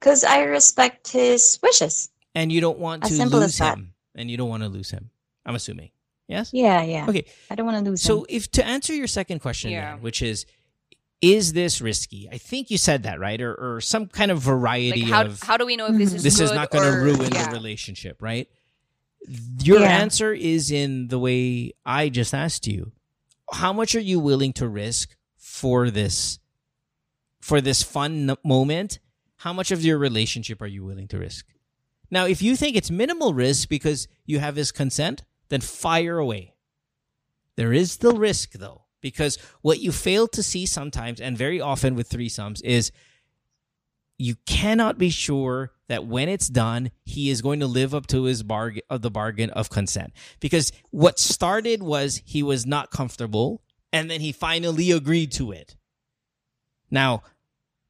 Because I respect his wishes.
and you don't want
As
to
simple as
lose
that.
him and you don't want to lose him i'm assuming yes
Yeah, yeah.
okay
I don't want to lose
so
him.
if to answer your second question
Yeah.
then, which is is this risky i think you said that right or, or some kind of variety
Like, how,
of
how do we know if this
Mhm.
is
this is
good
not going to
or-
ruin
yeah.
the relationship right your
Yeah.
answer is in the way i just asked you how much are you willing to risk for this for this fun n- moment how much of your relationship are you willing to risk now if you think it's minimal risk because you have his consent then fire away there is the risk though because what you fail to see sometimes and very often with threesomes is you cannot be sure that when it's done, he is going to live up to his bargain of the bargain of consent. Because what started was he was not comfortable, and then he finally agreed to it. Now,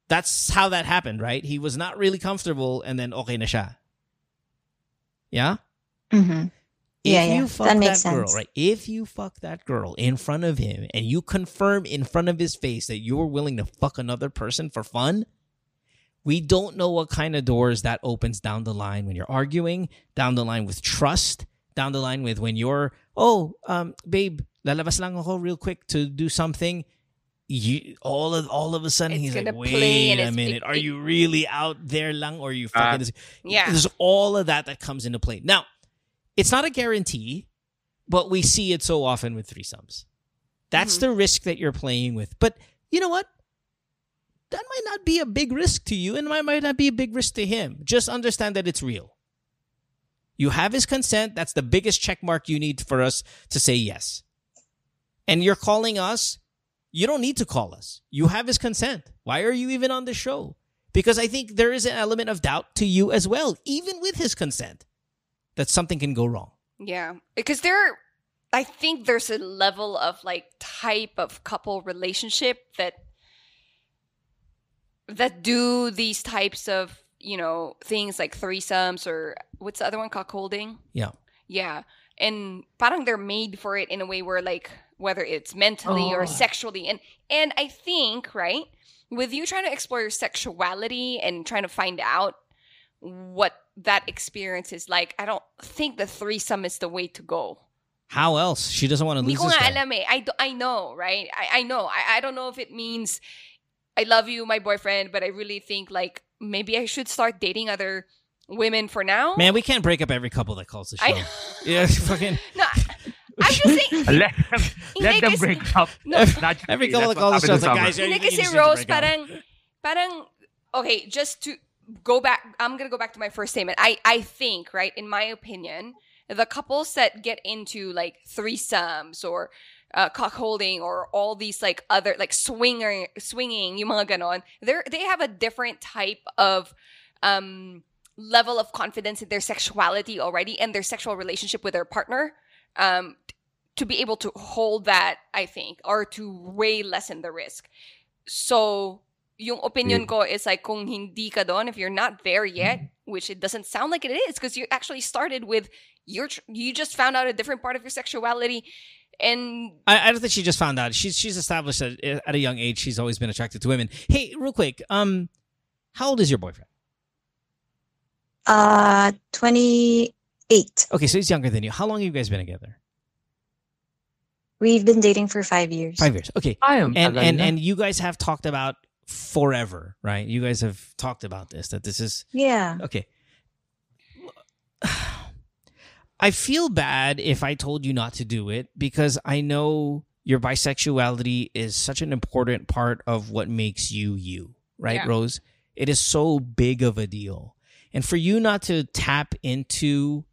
that's how that happened, right? He was not really comfortable, and then okay na siya. Yeah.
hmm
If
Yeah, yeah.
you fuck that,
That makes
girl,
sense.
right? If you fuck that girl in front of him and you confirm in front of his face that you were willing to fuck another person for fun, we don't know what kind of doors that opens down the line when you're arguing, down the line with trust, down the line with when you're, oh, um, babe, lalabas lang ako real quick to do something. You all of all of a sudden
It's
he's like,
gonna
wait
play and
a
it's-
minute,
it-
are
it-
you really out there lang or are you
Ah.
fucking this?
Yeah.
There's all of that that comes into play. Now, it's not a guarantee, but we see it so often with threesomes. That's
Mhm.
the risk that you're playing with. But you know what? That might not be a big risk to you, and might might not be a big risk to him. Just understand that it's real. You have his consent. That's the biggest check mark you need for us to say yes. And you're calling us. You don't need to call us. You have his consent. Why are you even on the show? Because I think there is an element of doubt to you as well, even with his consent, that something can go wrong.
Yeah. Because there I think there's a level of like type of couple relationship that that do these types of, you know, things like threesomes or what's the other one cuckolding?
Yeah.
Yeah. And parang they're made for it in a way where like whether it's mentally or sexually and and I think, right, with you trying to explore your sexuality and trying to find out what that experience is like, I don't think the threesome is the way to go.
How else? She doesn't want to
Hindi
lose
ko
this
nga
guy.
alam eh. I, do- I know, right? I, I know. I, I don't know if it means I love you, my boyfriend, but I really think like maybe I should start dating other women for now.
Man, we can't break up every couple that calls the show.
I,
yeah, fucking
no, I'm just saying.
Let them, let
hindi
them
kasi-
break up.
No.
Not-
every couple that
that's
calls
what
the show.
happened to
It's like, guys,
Hindi
everything
kasi
you just need to
Rose,
break up.
parang, parang, okay, just to go back, I'm going to go back to my first statement. I, I think, right, in my opinion, the couples that get into like threesomes or uh, cockholding or all these like other, like swinger, swinging, yung mga ganon, they're, they have a different type of, um, level of confidence in their sexuality already and their sexual relationship with their partner um, t- to be able to hold that, I think, or to way lessen the risk. So, yung opinion ko is like, kung hindi ka doon, if you're not there yet, which it doesn't sound like it is, because you actually started with, you're, tr- you just found out a different part of your sexuality. And
I, I don't think she just found out. She's she's established that uh, at a young age she's always been attracted to women. Hey, real quick, um, how old is your boyfriend?
Uh, 28.
Okay, so he's younger than you. How long have you guys been together?
We've been dating for five years.
Five years. Okay.
I
Um,
am.
and and and you guys have talked about forever, right? You guys have talked about this that this is
Yeah.
okay. I feel bad if I told you not to do it because I know your bisexuality is such an important part of what makes you you, right,
Yeah.
Rose? It is so big of a deal. And for you not to tap into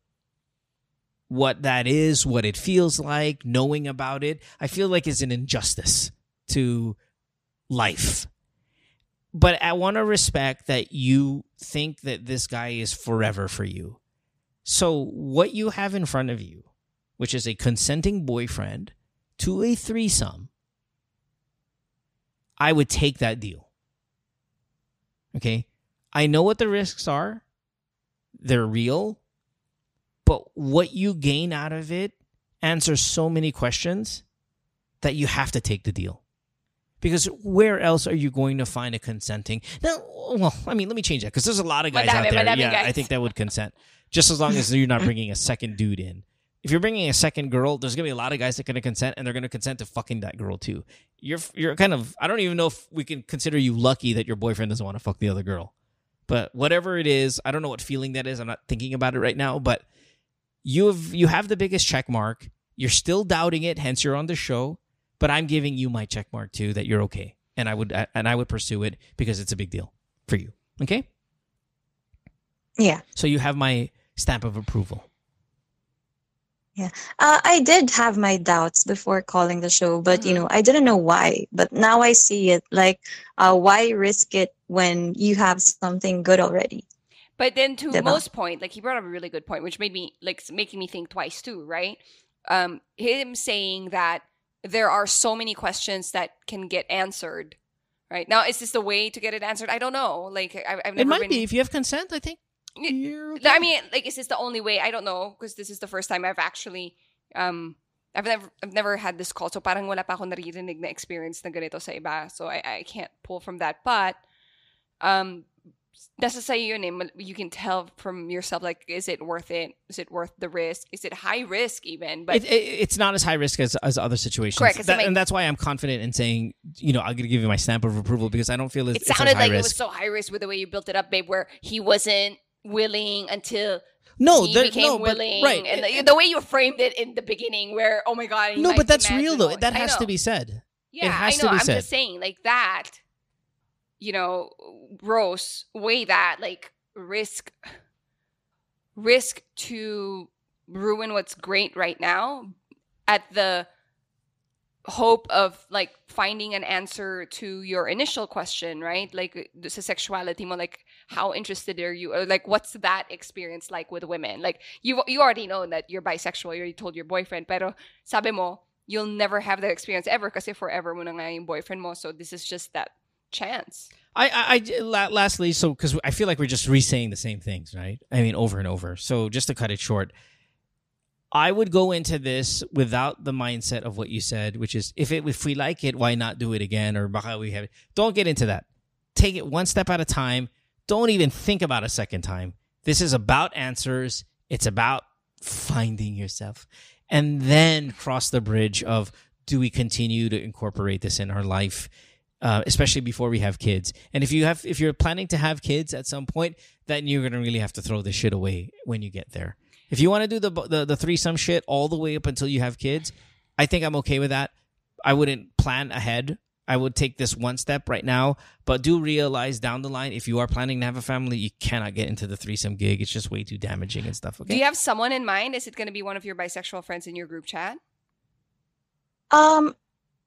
what that is, what it feels like, knowing about it, I feel like is an injustice to life. But I want to respect that you think that this guy is forever for you. So, what you have in front of you, which is a consenting boyfriend to a threesome, I would take that deal. Okay. I know what the risks are, they're real, but what you gain out of it answers so many questions that you have to take the deal. Because where else are you going to find a consenting? Now, well, I mean, let me change that because there's a lot of guys out
Madami,
there.
madami
Yeah, I
guys.
think that would consent just as long as you're not bringing a second dude in. If you're bringing a second girl, there's gonna be a lot of guys that gonna consent, and they're gonna consent to fucking that girl too. You're you're kind of I don't even know if we can consider you lucky that your boyfriend doesn't want to fuck the other girl, but whatever it is, I don't know what feeling that is. I'm not thinking about it right now, but you have you have the biggest check mark. You're still doubting it, hence you're on the show. But I'm giving you my check mark too that you're okay, and I would uh, and I would pursue it because it's a big deal for you. Okay.
Yeah.
So you have my stamp of approval.
Uh, I did have my doubts before calling the show, but
Mm-hmm.
you know, I didn't know why. But now I see it. Like, uh, why risk it when you have something good already?
But then to
Diba?
most point, like he brought up a really good point, which made me like s- making me think twice too, right? Um, him saying that there are so many questions that can get answered. Right now, is this the way to get it answered? I don't know. Like I, I've never
It might
been.
be if you have consent. I think.
Y-
you're
Th- I
okay.
mean, like, is this the only way? I don't know because this is the first time I've actually, um, I've never, I've never had this call. So parang wala pa akong naririnig na experience na ganito sa iba. So I, I can't pull from that. But, um, nasa sa'yo yun eh. Mal- You can tell from yourself, like, is it worth it? Is it worth the risk? Is it high risk even? But
it, it, it's not as high risk as, as other situations.
Correct, 'cause it
That-
might-
and that's why I'm confident in saying, you know, I'm going to give you my stamp of approval because I don't feel as,
it
it's as
sounded
high
like it
risk.
was so high risk with the way you built it up, babe, where he wasn't willing until
no,
he
there-
became
no, but-
willing.
right.
And the, the way you framed it in the beginning, where oh my god, you
no,
might
but that's
imagine
real though.
all-
That
I
has to
know.
be said.
Yeah,
has
I
to
know.
be
I'm
said.
just saying, like that. You know, Rose, weigh that like risk, risk to ruin what's great right now, at the hope of like finding an answer to your initial question, right? Like the sexuality more like how interested are you or like what's that experience like with women? Like you you already know that you're bisexual, you already told your boyfriend, pero sabi mo, you'll never have that experience ever kasi forever mo na nga yung boyfriend mo. So this is just that chance.
I, I, I la- lastly, so because I feel like we're just re-saying the same things, right? I mean, over and over. So just to cut it short, I would go into this without the mindset of what you said, which is if it if we like it, why not do it again? Or baka we have it. Don't get into that. Take it one step at a time. Don't even think about a second time. This is about answers. It's about finding yourself, and then cross the bridge of do we continue to incorporate this in our life uh, especially before we have kids. And if you have, if you're planning to have kids at some point, then you're gonna really have to throw this shit away when you get there. If you want to do the, the the threesome shit all the way up until you have kids, I think I'm okay with that. I wouldn't plan ahead. I would take this one step right now, but do realize down the line if you are planning to have a family, you cannot get into the threesome gig. It's just way too damaging and stuff. Okay.
Do you have someone in mind? Is it going to be one of your bisexual friends in your group chat?
Um,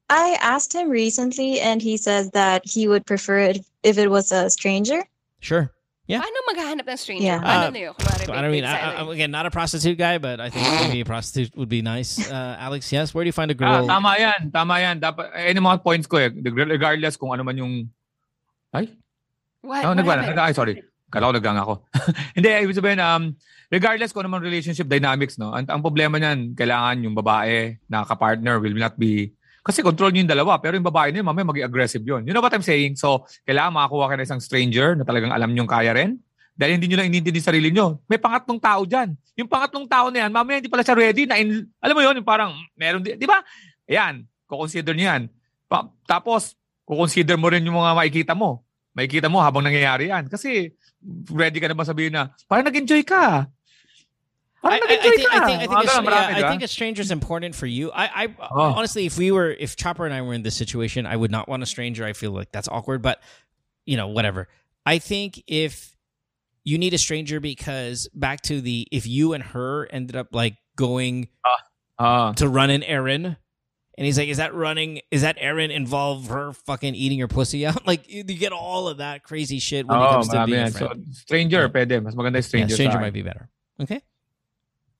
I asked him recently, and he says that he would prefer it if it was a stranger.
sure. Yeah.
Paano maghahanap ng stranger?
Yeah.
Uh,
Paano na yun? Kunwari,
So,
big,
I don't mean,
big
I, I,
silent.
I'm, again, not a prostitute guy, but I think maybe a prostitute would be nice. Uh, Alex, yes. Where do you find a
Ah,
girl?
tama yan. Tama yan. Dapat, eh, yun yung mga points ko eh. Regardless kung ano man yung... Ay?
What?
Oh,
What
nagwala.
happened?
Nag- ay, sorry. Kala ko naglang ako. Hindi, ibig sabihin, um, regardless kung ano man relationship dynamics, no, ang, ang problema niyan, kailangan yung babae na kapartner will not be... Kasi control niyo yung dalawa, pero yung babae na yun, mamaya maging aggressive yun. You know what I'm saying? So, kailangan makakuha ka ng isang stranger na talagang alam niyong kaya rin. Dahil hindi nyo lang inintindi sarili nyo. May pangatlong tao dyan. Yung pangatlong tao na yan, mamaya hindi pala siya ready. Na in, alam mo yun, yung parang, meron, di, di ba? Ayan, kukonsider nyo yan. Pa- tapos, kukonsider mo rin yung mga makikita mo. Makikita mo habang nangyayari yan. Kasi, ready ka na ba sabihin na, parang nag-enjoy ka. Parang
I, I- I
nag-enjoy
think,
ka.
I think, I
Mga
think, a,
ganun,
str-
marami, di
yeah, I
ba?
think a stranger's important for you. I, I
Oh.
honestly, if we were, if Chopper and I were in this situation, I would not want a stranger. I feel like that's awkward, but you know, whatever. I think if you need a stranger because back to the if you and her ended up like going
Ah,
to run an errand. And he's like, is that running? Is that errand involve her fucking eating your pussy out? Like you you get all of that crazy shit when it
oh,
comes to
marami
being a
yan. So,
friend.
stranger,
Yeah.
pwede. Mas maganda yung
Yeah,
stranger.
stranger
sa
might
akin.
be better. Okay.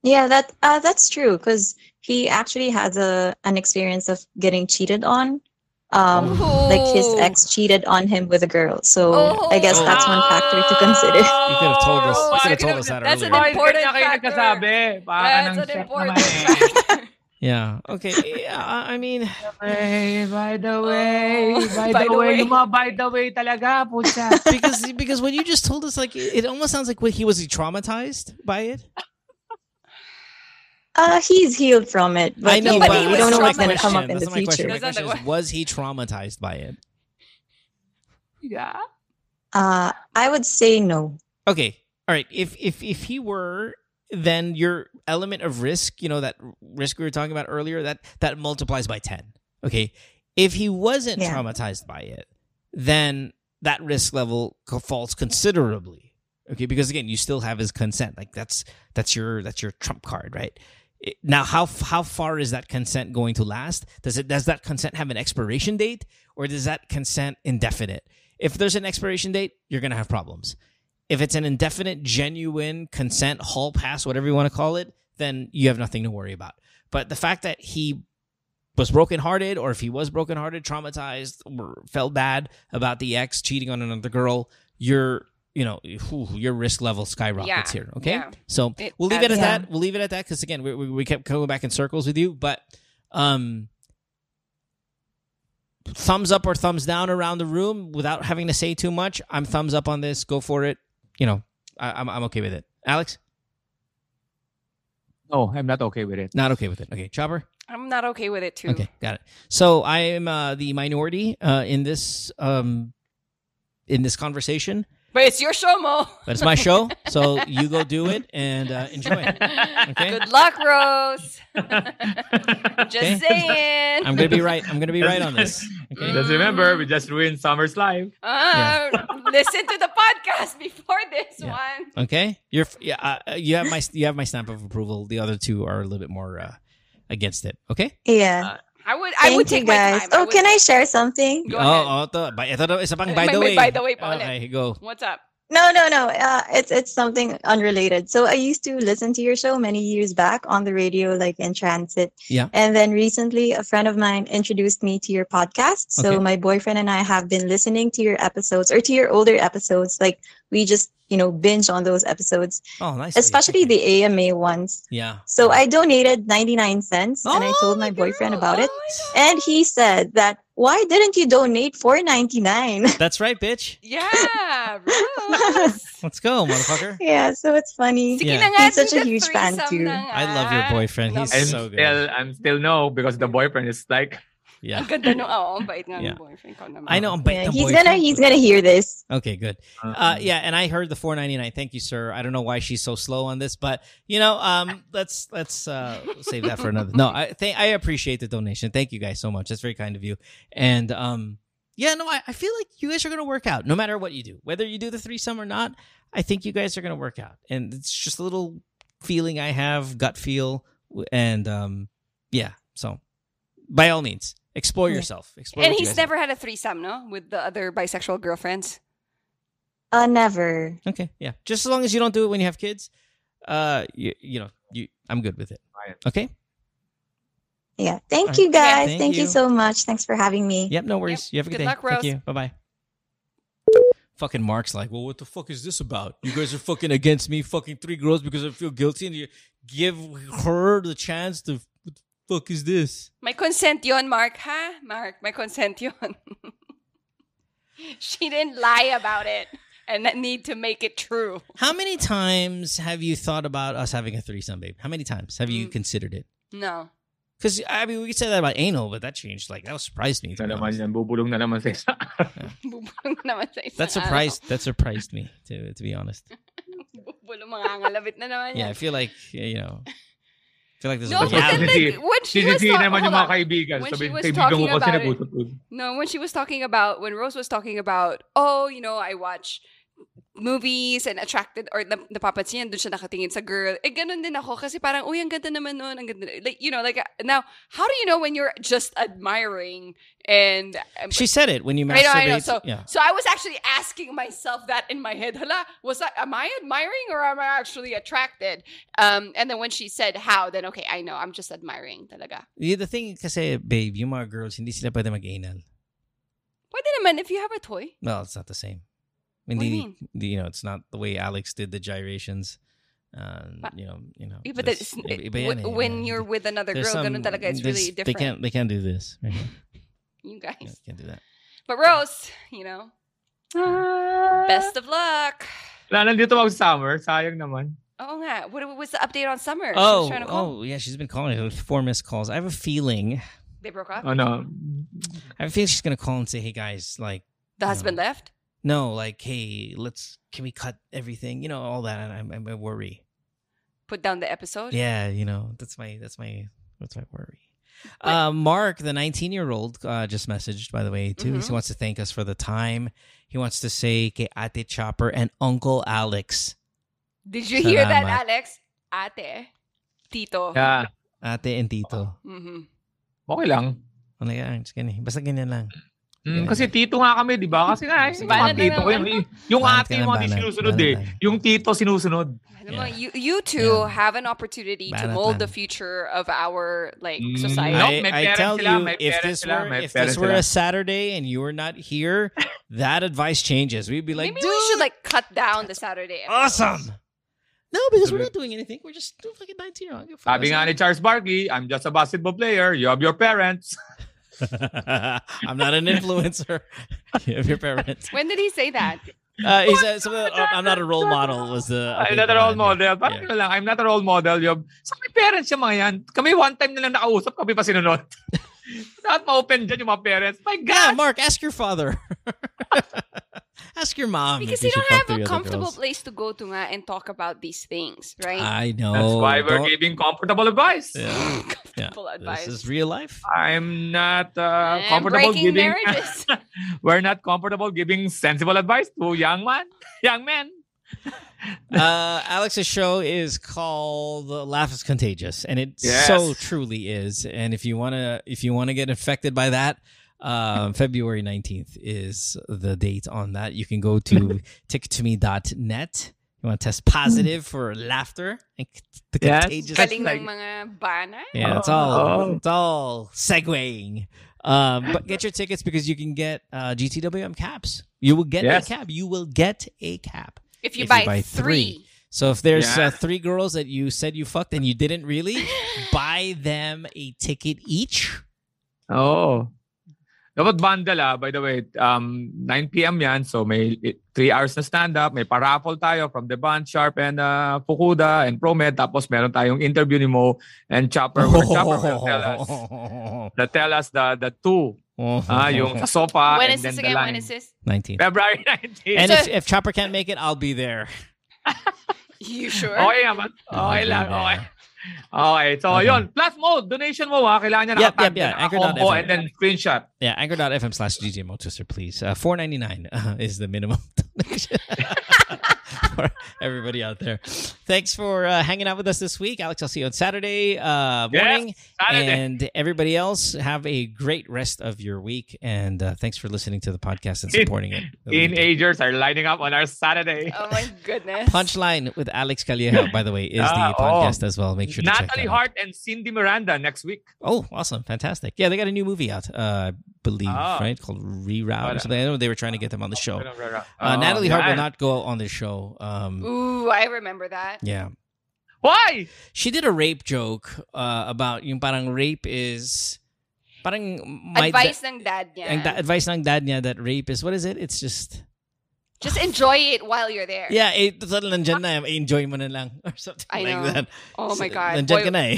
Yeah, that uh, that's true because he actually has a an experience of getting cheated on. Um, like his
Oh.
ex cheated on him with a girl, so I guess
Oh.
that's one factor to consider.
You could have told us. You could have
bakit
told us that
That's an
earlier.
Bakit
important
kanya kayo
factor.
nagkasabi? Baka
That's
nang
an
shit
important
naman eh.
factor.
Yeah. Okay. Yeah. I I mean,
Hey, by the way,
Oh,
by, the, way, yung mga by the way talaga, putya.
because because when you just told us, like, it, it almost sounds like what he was traumatized by it.
Uh, he's healed from it, but
I know,
you,
but
know,
he
you
was
don't know what's
my
going to come up
question.
in
That's not
the
my question.
future.
My
That's
question
not the
is, was he traumatized by it?
yeah.
Uh, I would say no.
Okay. All right. If if if he were, then your element of risk, you know, that risk we were talking about earlier, that that multiplies by ten. Okay. If he wasn't
Yeah.
traumatized by it, then that risk level co- falls considerably. Okay, because again, you still have his consent. Like that's that's your that's your trump card, right? It- Now, how f- how far is that consent going to last? Does it does that consent have an expiration date, or does that consent indefinite? If there's an expiration date, you're gonna have problems if it's an indefinite, genuine consent, hall pass, whatever you want to call it, then you have nothing to worry about. But the fact that he was brokenhearted, or if he was brokenhearted, traumatized, or felt bad about the ex cheating on another girl, your you know whew, your risk level skyrockets
Yeah,
here. Okay,
yeah.
so
It
we'll leave it at
adds up.
that. We'll leave it at that because again, we, we we kept going back in circles with you, but um. Thumbs up or thumbs down around the room without having to say too much. I'm thumbs up on this. Go for it. You know, I, I'm I'm okay with it. Alex,
No, I'm not okay with it.
not okay with it. Okay, Chopper.
I'm not okay with it too.
Okay, got it. So I am uh, the minority uh, in this um, in this conversation,
But it's your show, Mo.
but it's my show, so you go do it and uh, enjoy. Okay.
Good luck, Rose.
Okay.
Just saying.
I'm gonna be right. I'm gonna be right on this. Okay.
Just remember, we just ruined Summer's life.
Uh, Listen to the podcast before this
Yeah.
one.
Okay, you're yeah. Uh, you have my you have my stamp of approval. The other two are a little bit more uh, against it. Okay.
Yeah.
I would. I would
Thank you
take
guys.
my time.
Oh, can I share something?
Go
oh,
ahead.
oh, ito. By, ito, daw, isa pang by
May-
the
may
way.
by the way pa ulit.
Okay, go.
What's up?
No, no, no. Uh, it's it's something unrelated. So I used to listen to your show many years back on the radio, like in transit.
Yeah.
And then recently, a friend of mine introduced me to your podcast. So
Okay.
my boyfriend and I have been listening to your episodes or to your older episodes. Like we just, you know, binge on those episodes,
Oh, nice.
especially the AMA ones.
yeah.
So I donated 99 cents and I
Oh,
told my
girl.
boyfriend about it.
Oh,
And he said that, why didn't you donate 499?
That's right, bitch.
Yeah, Rose.
Let's go, motherfucker.
yeah, so it's funny.
Sige
Yeah.
na nga,
He's such
do
a
the
huge fan,
threesome
too.
na nga.
I love your boyfriend.
Love
I'm
He's so
still,
good.
I'm still no because the boyfriend is like,
Yeah.
Ang ganda no, oo, ang bait nga ng
Yeah.
boyfriend ko naman.
I know. I'm
Yeah, he's gonna he's gonna hear this.
Okay, good. Uh, yeah, and I heard the 4.99. Thank you, sir. I don't know why she's so slow on this, but you know, um, let's let's uh, save that for another. No, I think I appreciate the donation. Thank you guys so much. That's very kind of you. And um, yeah, no, I, I feel like you guys are gonna work out no matter what you do, whether you do the threesome or not. I think you guys are gonna work out, and it's just a little feeling I have, gut feel, w- and um, yeah. So, by all means, explore
Yeah.
yourself. Explore
And
what you
he's
guys
never had a threesome, no? With the other bisexual girlfriends.
Uh never.
Okay. Yeah. Just as long as you don't do it when you have kids, uh, you, you know, you, I'm good with it.
Right.
Okay.
Yeah.
All
Thank
right.
you guys.
Uh, Thank
Thank,
you.
you. so much. Thanks for having me.
Yep. No worries. You have a good,
Good
day.
luck,
Thank
Rose.
you. Bye bye. Fucking Mark's like, well, what the fuck is this about? You guys are fucking against me, fucking three girls because I feel guilty, and you give her the chance to. What the fuck is this?
May consent yon, Mark, ha? Mark, may consent yon. she didn't lie about it and that need to make it true.
How many times have you thought about us having a threesome, babe? How many times have you
Mm.
considered it?
No.
Because I mean, we could say that about anal, but that changed. Like that surprised me. to
Na
be
naman
honest.
yan, bubulong na naman sa isa.
Bubulong naman sa isang
That surprised. That surprised me. To to be honest.
araw. Bubulong, mga ngalabit na naman.
Yeah, I
yan.
feel like you know. I feel like there's
No,
a
but then
reality.
reality.
like, when she was
Sisisihin
talking,
naman yung mga kaibigan.
When
Sabi,
she was
kaibigan ko
talking
kasi
about it-
nagutot.
No, when she was talking about when Rose was talking about, oh, you know, I watch movies and attracted or nap- napapansin niya doon siya nakatingin sa girl. Eh ganun din ako kasi parang uy ang ganda naman noon, ang ganda. Like you know, like uh, now how do you know when you're just admiring and um,
She said it when you masturbate.
I know, I know. So,
yeah.
so I was actually asking myself that in my head. Hala, was I am I admiring or am I actually attracted? Um, and then when she said how, then okay, I know I'm just admiring talaga.
Yeah, the thing kasi, babe, yung mga girls, hindi sila pwede mag-anal.
Pwede naman if you have a toy.
Well, it's not the same.
What do you
Hindi-
mean?
the- you know, it's not the way Alex did the gyrations. Um,
Pa-
you know, you know.
Yeah, but
there's-
that's,
iba- iba yan eh.
w- when you're with another
There's
girl, ganun talaga, it's
there's-
really
They
different.
can't, they can't do this. Right?
you
yeah,
guys.
can't do that.
But Rose, you know, best of luck.
Wala lang dito mag summer. Sayang naman.
Oh, nga. What was the update on Summer? She was
Oh,
trying to call-
oh, yeah, she's been calling. There was Four missed calls. I have a feeling.
They broke
Ah.
up.
Ano?
I have a feeling she's gonna call and say, "Hey guys, like,
the
no.
husband left.
no, like, hey, let's can we cut everything? You know, all that." And I'm, I'm a worry.
Put down the episode.
Yeah, you know, that's my that's my that's my worry. Uh, Mark, the 19 year old, uh, just messaged by the way too.
Mhm.
He wants to thank us for the time. He wants to say que Ate Chopper and Uncle Alex,
Did you hear that,
Salamat.
Alex? Ate. Tito.
Yeah.
Ate and Tito.
Mhm.
Okay lang.
Ano yan? Just ganyan. Basta ganyan lang.
Mm,
Yeah.
kasi tito nga kami, di ba? Kasi nga, eh, yung mga
Banat na Ah,
tito ko yun.
naman.
eh. Yung
Banat
ate,
ka na,
yung mga di
banat.
sinusunod
Banat
eh.
tayo.
Yung tito sinusunod.
Alam mo,
Yeah.
You you two
Yeah.
have an opportunity to
Banat
mold
lang.
the future of our like
Mm,
society.
Nope,
I,
may
I
parents
tell
sila,
you,
may
if
parents
this
sila,
were
may
if this
parents
were a
sila.
Saturday and you were not here, that advice changes. We'd be like,
Maybe
dude,
we should like cut down the Saturday.
Ah.
episodes.
awesome. No, because we're not doing anything. We're just doing fucking 19 year old.
Sabi nga ni Charles Barkley, I'm just a basketball player. You have your parents.
I'm not an influencer. you have your parents.
When did he say that?
Uh, he said something about, I'm not a role model. Was the I
I'm
think
not a
the
role
line, yeah.
model. Parang
Ah, Yeah.
yun lang, I'm not a role model. You have... So may parents yung mga yan. Kami one time nilang nakausap, kami pa sinunod. Dapat ma-open dyan yung mga parents. My
Yeah,
God!
Mark, ask your father. ask your mom.
Because
if
you
should
don't
fuck
have
three
a
other
comfortable
girls. Ah,
place to go to nga and talk about these things, right?
I know.
That's why we're
Don't-
giving comfortable advice.
Yeah. yeah.
Full advice.
This is real life.
I'm not uh,
And
comfortable giving.
breaking marriages.
we're not comfortable giving sensible advice to young man, young men.
uh, Alex's show is called "Laugh is Contagious," and it
Yes.
so truly is. And if you wanna, if you wanna get infected by that, um, February nineteenth is the date on that. You can go to ticktome.net. You want to test positive for laughter and c- the
Yes. Oh.
contagious.
Galing
like-
ng mga bana.
Yeah, it's all it's all segueing. Um, but get your tickets because you can get uh, GTWM caps. You will get
Yes.
a cap. You will get a cap.
If you,
If you
buy,
buy
three,
three. So if there's
Yeah.
uh, three girls that you said you fucked and you didn't really, buy them a ticket each.
Oh. Dapat bundle ah, by the way. Um, 9 p.m. yan. So may 3 hours na stand-up. May paraffle tayo from the band, Sharp and uh, Fukuda and Promed. Tapos meron tayong interview ni Mo and Chopper. Where Chopper will tell us, na tell us the, the two. Ah, yung sa sofa
when
and
is
then
this
the
again? When
line.
is this?
19.
February 19.
And
So-
if, if Chopper can't make it, I'll be there.
You sure?
Okay naman. Okay lang. Okay. Okay. So,
Okay.
yun. Plus mo, donation mo ha. Kailangan niya
Yep, yep,
nakatag
yeah.
na
Anchor dot
combo
FM.
and then screenshot.
Yeah, anchor.fm slash GGMO Twister, please. Uh, 4.99 uh, is the minimum donation for everybody out there. Thanks for uh, hanging out with us this week. Alex, I'll see you on Saturday uh,
Yes,
morning.
Saturday.
And everybody else, have a great rest of your week. And uh, thanks for listening to the podcast and
In-
supporting it.
Teenagers are lining up on our Saturday.
Oh my goodness.
Punchline with Alex Calleja, by the way, is
Ah,
the
oh.
podcast as well. Make sure to check that
Natalie
out.
Hart and Cindy Miranda next week.
Oh, awesome. Fantastic. Yeah, they got a new movie out, uh, I believe,
Ah.
right? Called Reroute or
Wala.
something. I know they were trying to get them on the show.
Ganun, ganun.
Uh,
Oh,
Natalie Hart will
yan.
not go on the show. Um,
Ooh, I remember that.
yeah,
Why?
she did a rape joke uh, about yung parang rape is parang my
Advice ng dad niya.
ang da- advice ng dad niya that rape is what is it? It's just
Just enjoy it while you're there.
yeah, eh, total nandyan na, eh, enjoy mo na lang or something
I
like
know.
that.
Oh my
So,
god.
nandyan
Boy,
ka na eh.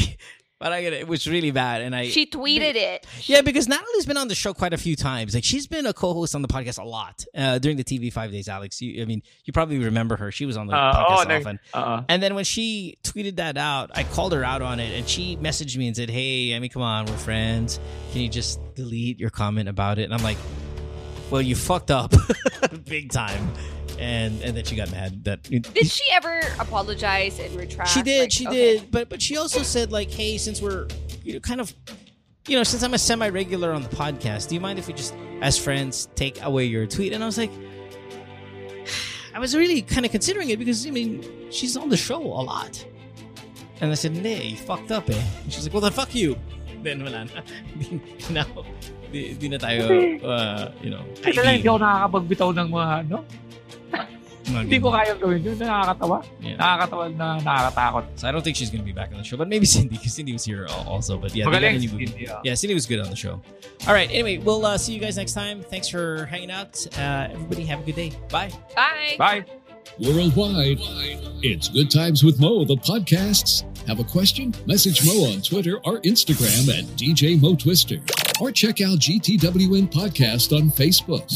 But I get it. It was really bad, and I
She tweeted it.
yeah, because Natalie's been on the show quite a few times. Like she's been a co-host on the podcast a lot uh, during the TV Five Days. Alex, you, I mean, you probably remember her. She was on the
Uh, oh,
podcast
they-
often.
Uh-uh.
And then when she tweeted that out, I called her out on it, and she messaged me and said, "Hey, I mean, come on, we're friends. Can you just delete your comment about it?" And I'm like, "Well, you fucked up, big time." And and then she got mad that
Did she ever apologize and retract?
she did,
Like,
she
okay.
did. But but she also said like, hey, since we're you know, kind of, you know, since I'm a semi regular on the podcast, do you mind if we just, as friends, take away your tweet? And I was like, I was really kind of considering it because I mean, she's on the show a lot. And I said, nay, you fucked up, eh? And she's like, well, then fuck you. Then wala na. now, di, di na tayo, uh, you know,
Kasi lang, hindi ako
kaibigan.
nakakapagbitaw ng mga ano.
Mga
Hindi ko
ganun.
kaya gawin yun. Nakakatawa.
Yeah.
Nakakatawa na nakakatakot.
So I don't think she's going to be back on the show, but maybe Cindy, because Cindy was here al- also. But yeah, they got a
Magaling.
new movie.
Hindi, ah.
oh.
Yeah, Cindy was good on the show. All right. Anyway, we'll uh, see you guys next time. Thanks for hanging out. Uh, everybody, have a good day. Bye.
Bye.
Bye.
Worldwide, it's Good Times with Mo, the podcasts. Have a question? Message Mo on Twitter or Instagram at DJ Mo Twister. Or check out GTWN Podcast on Facebook.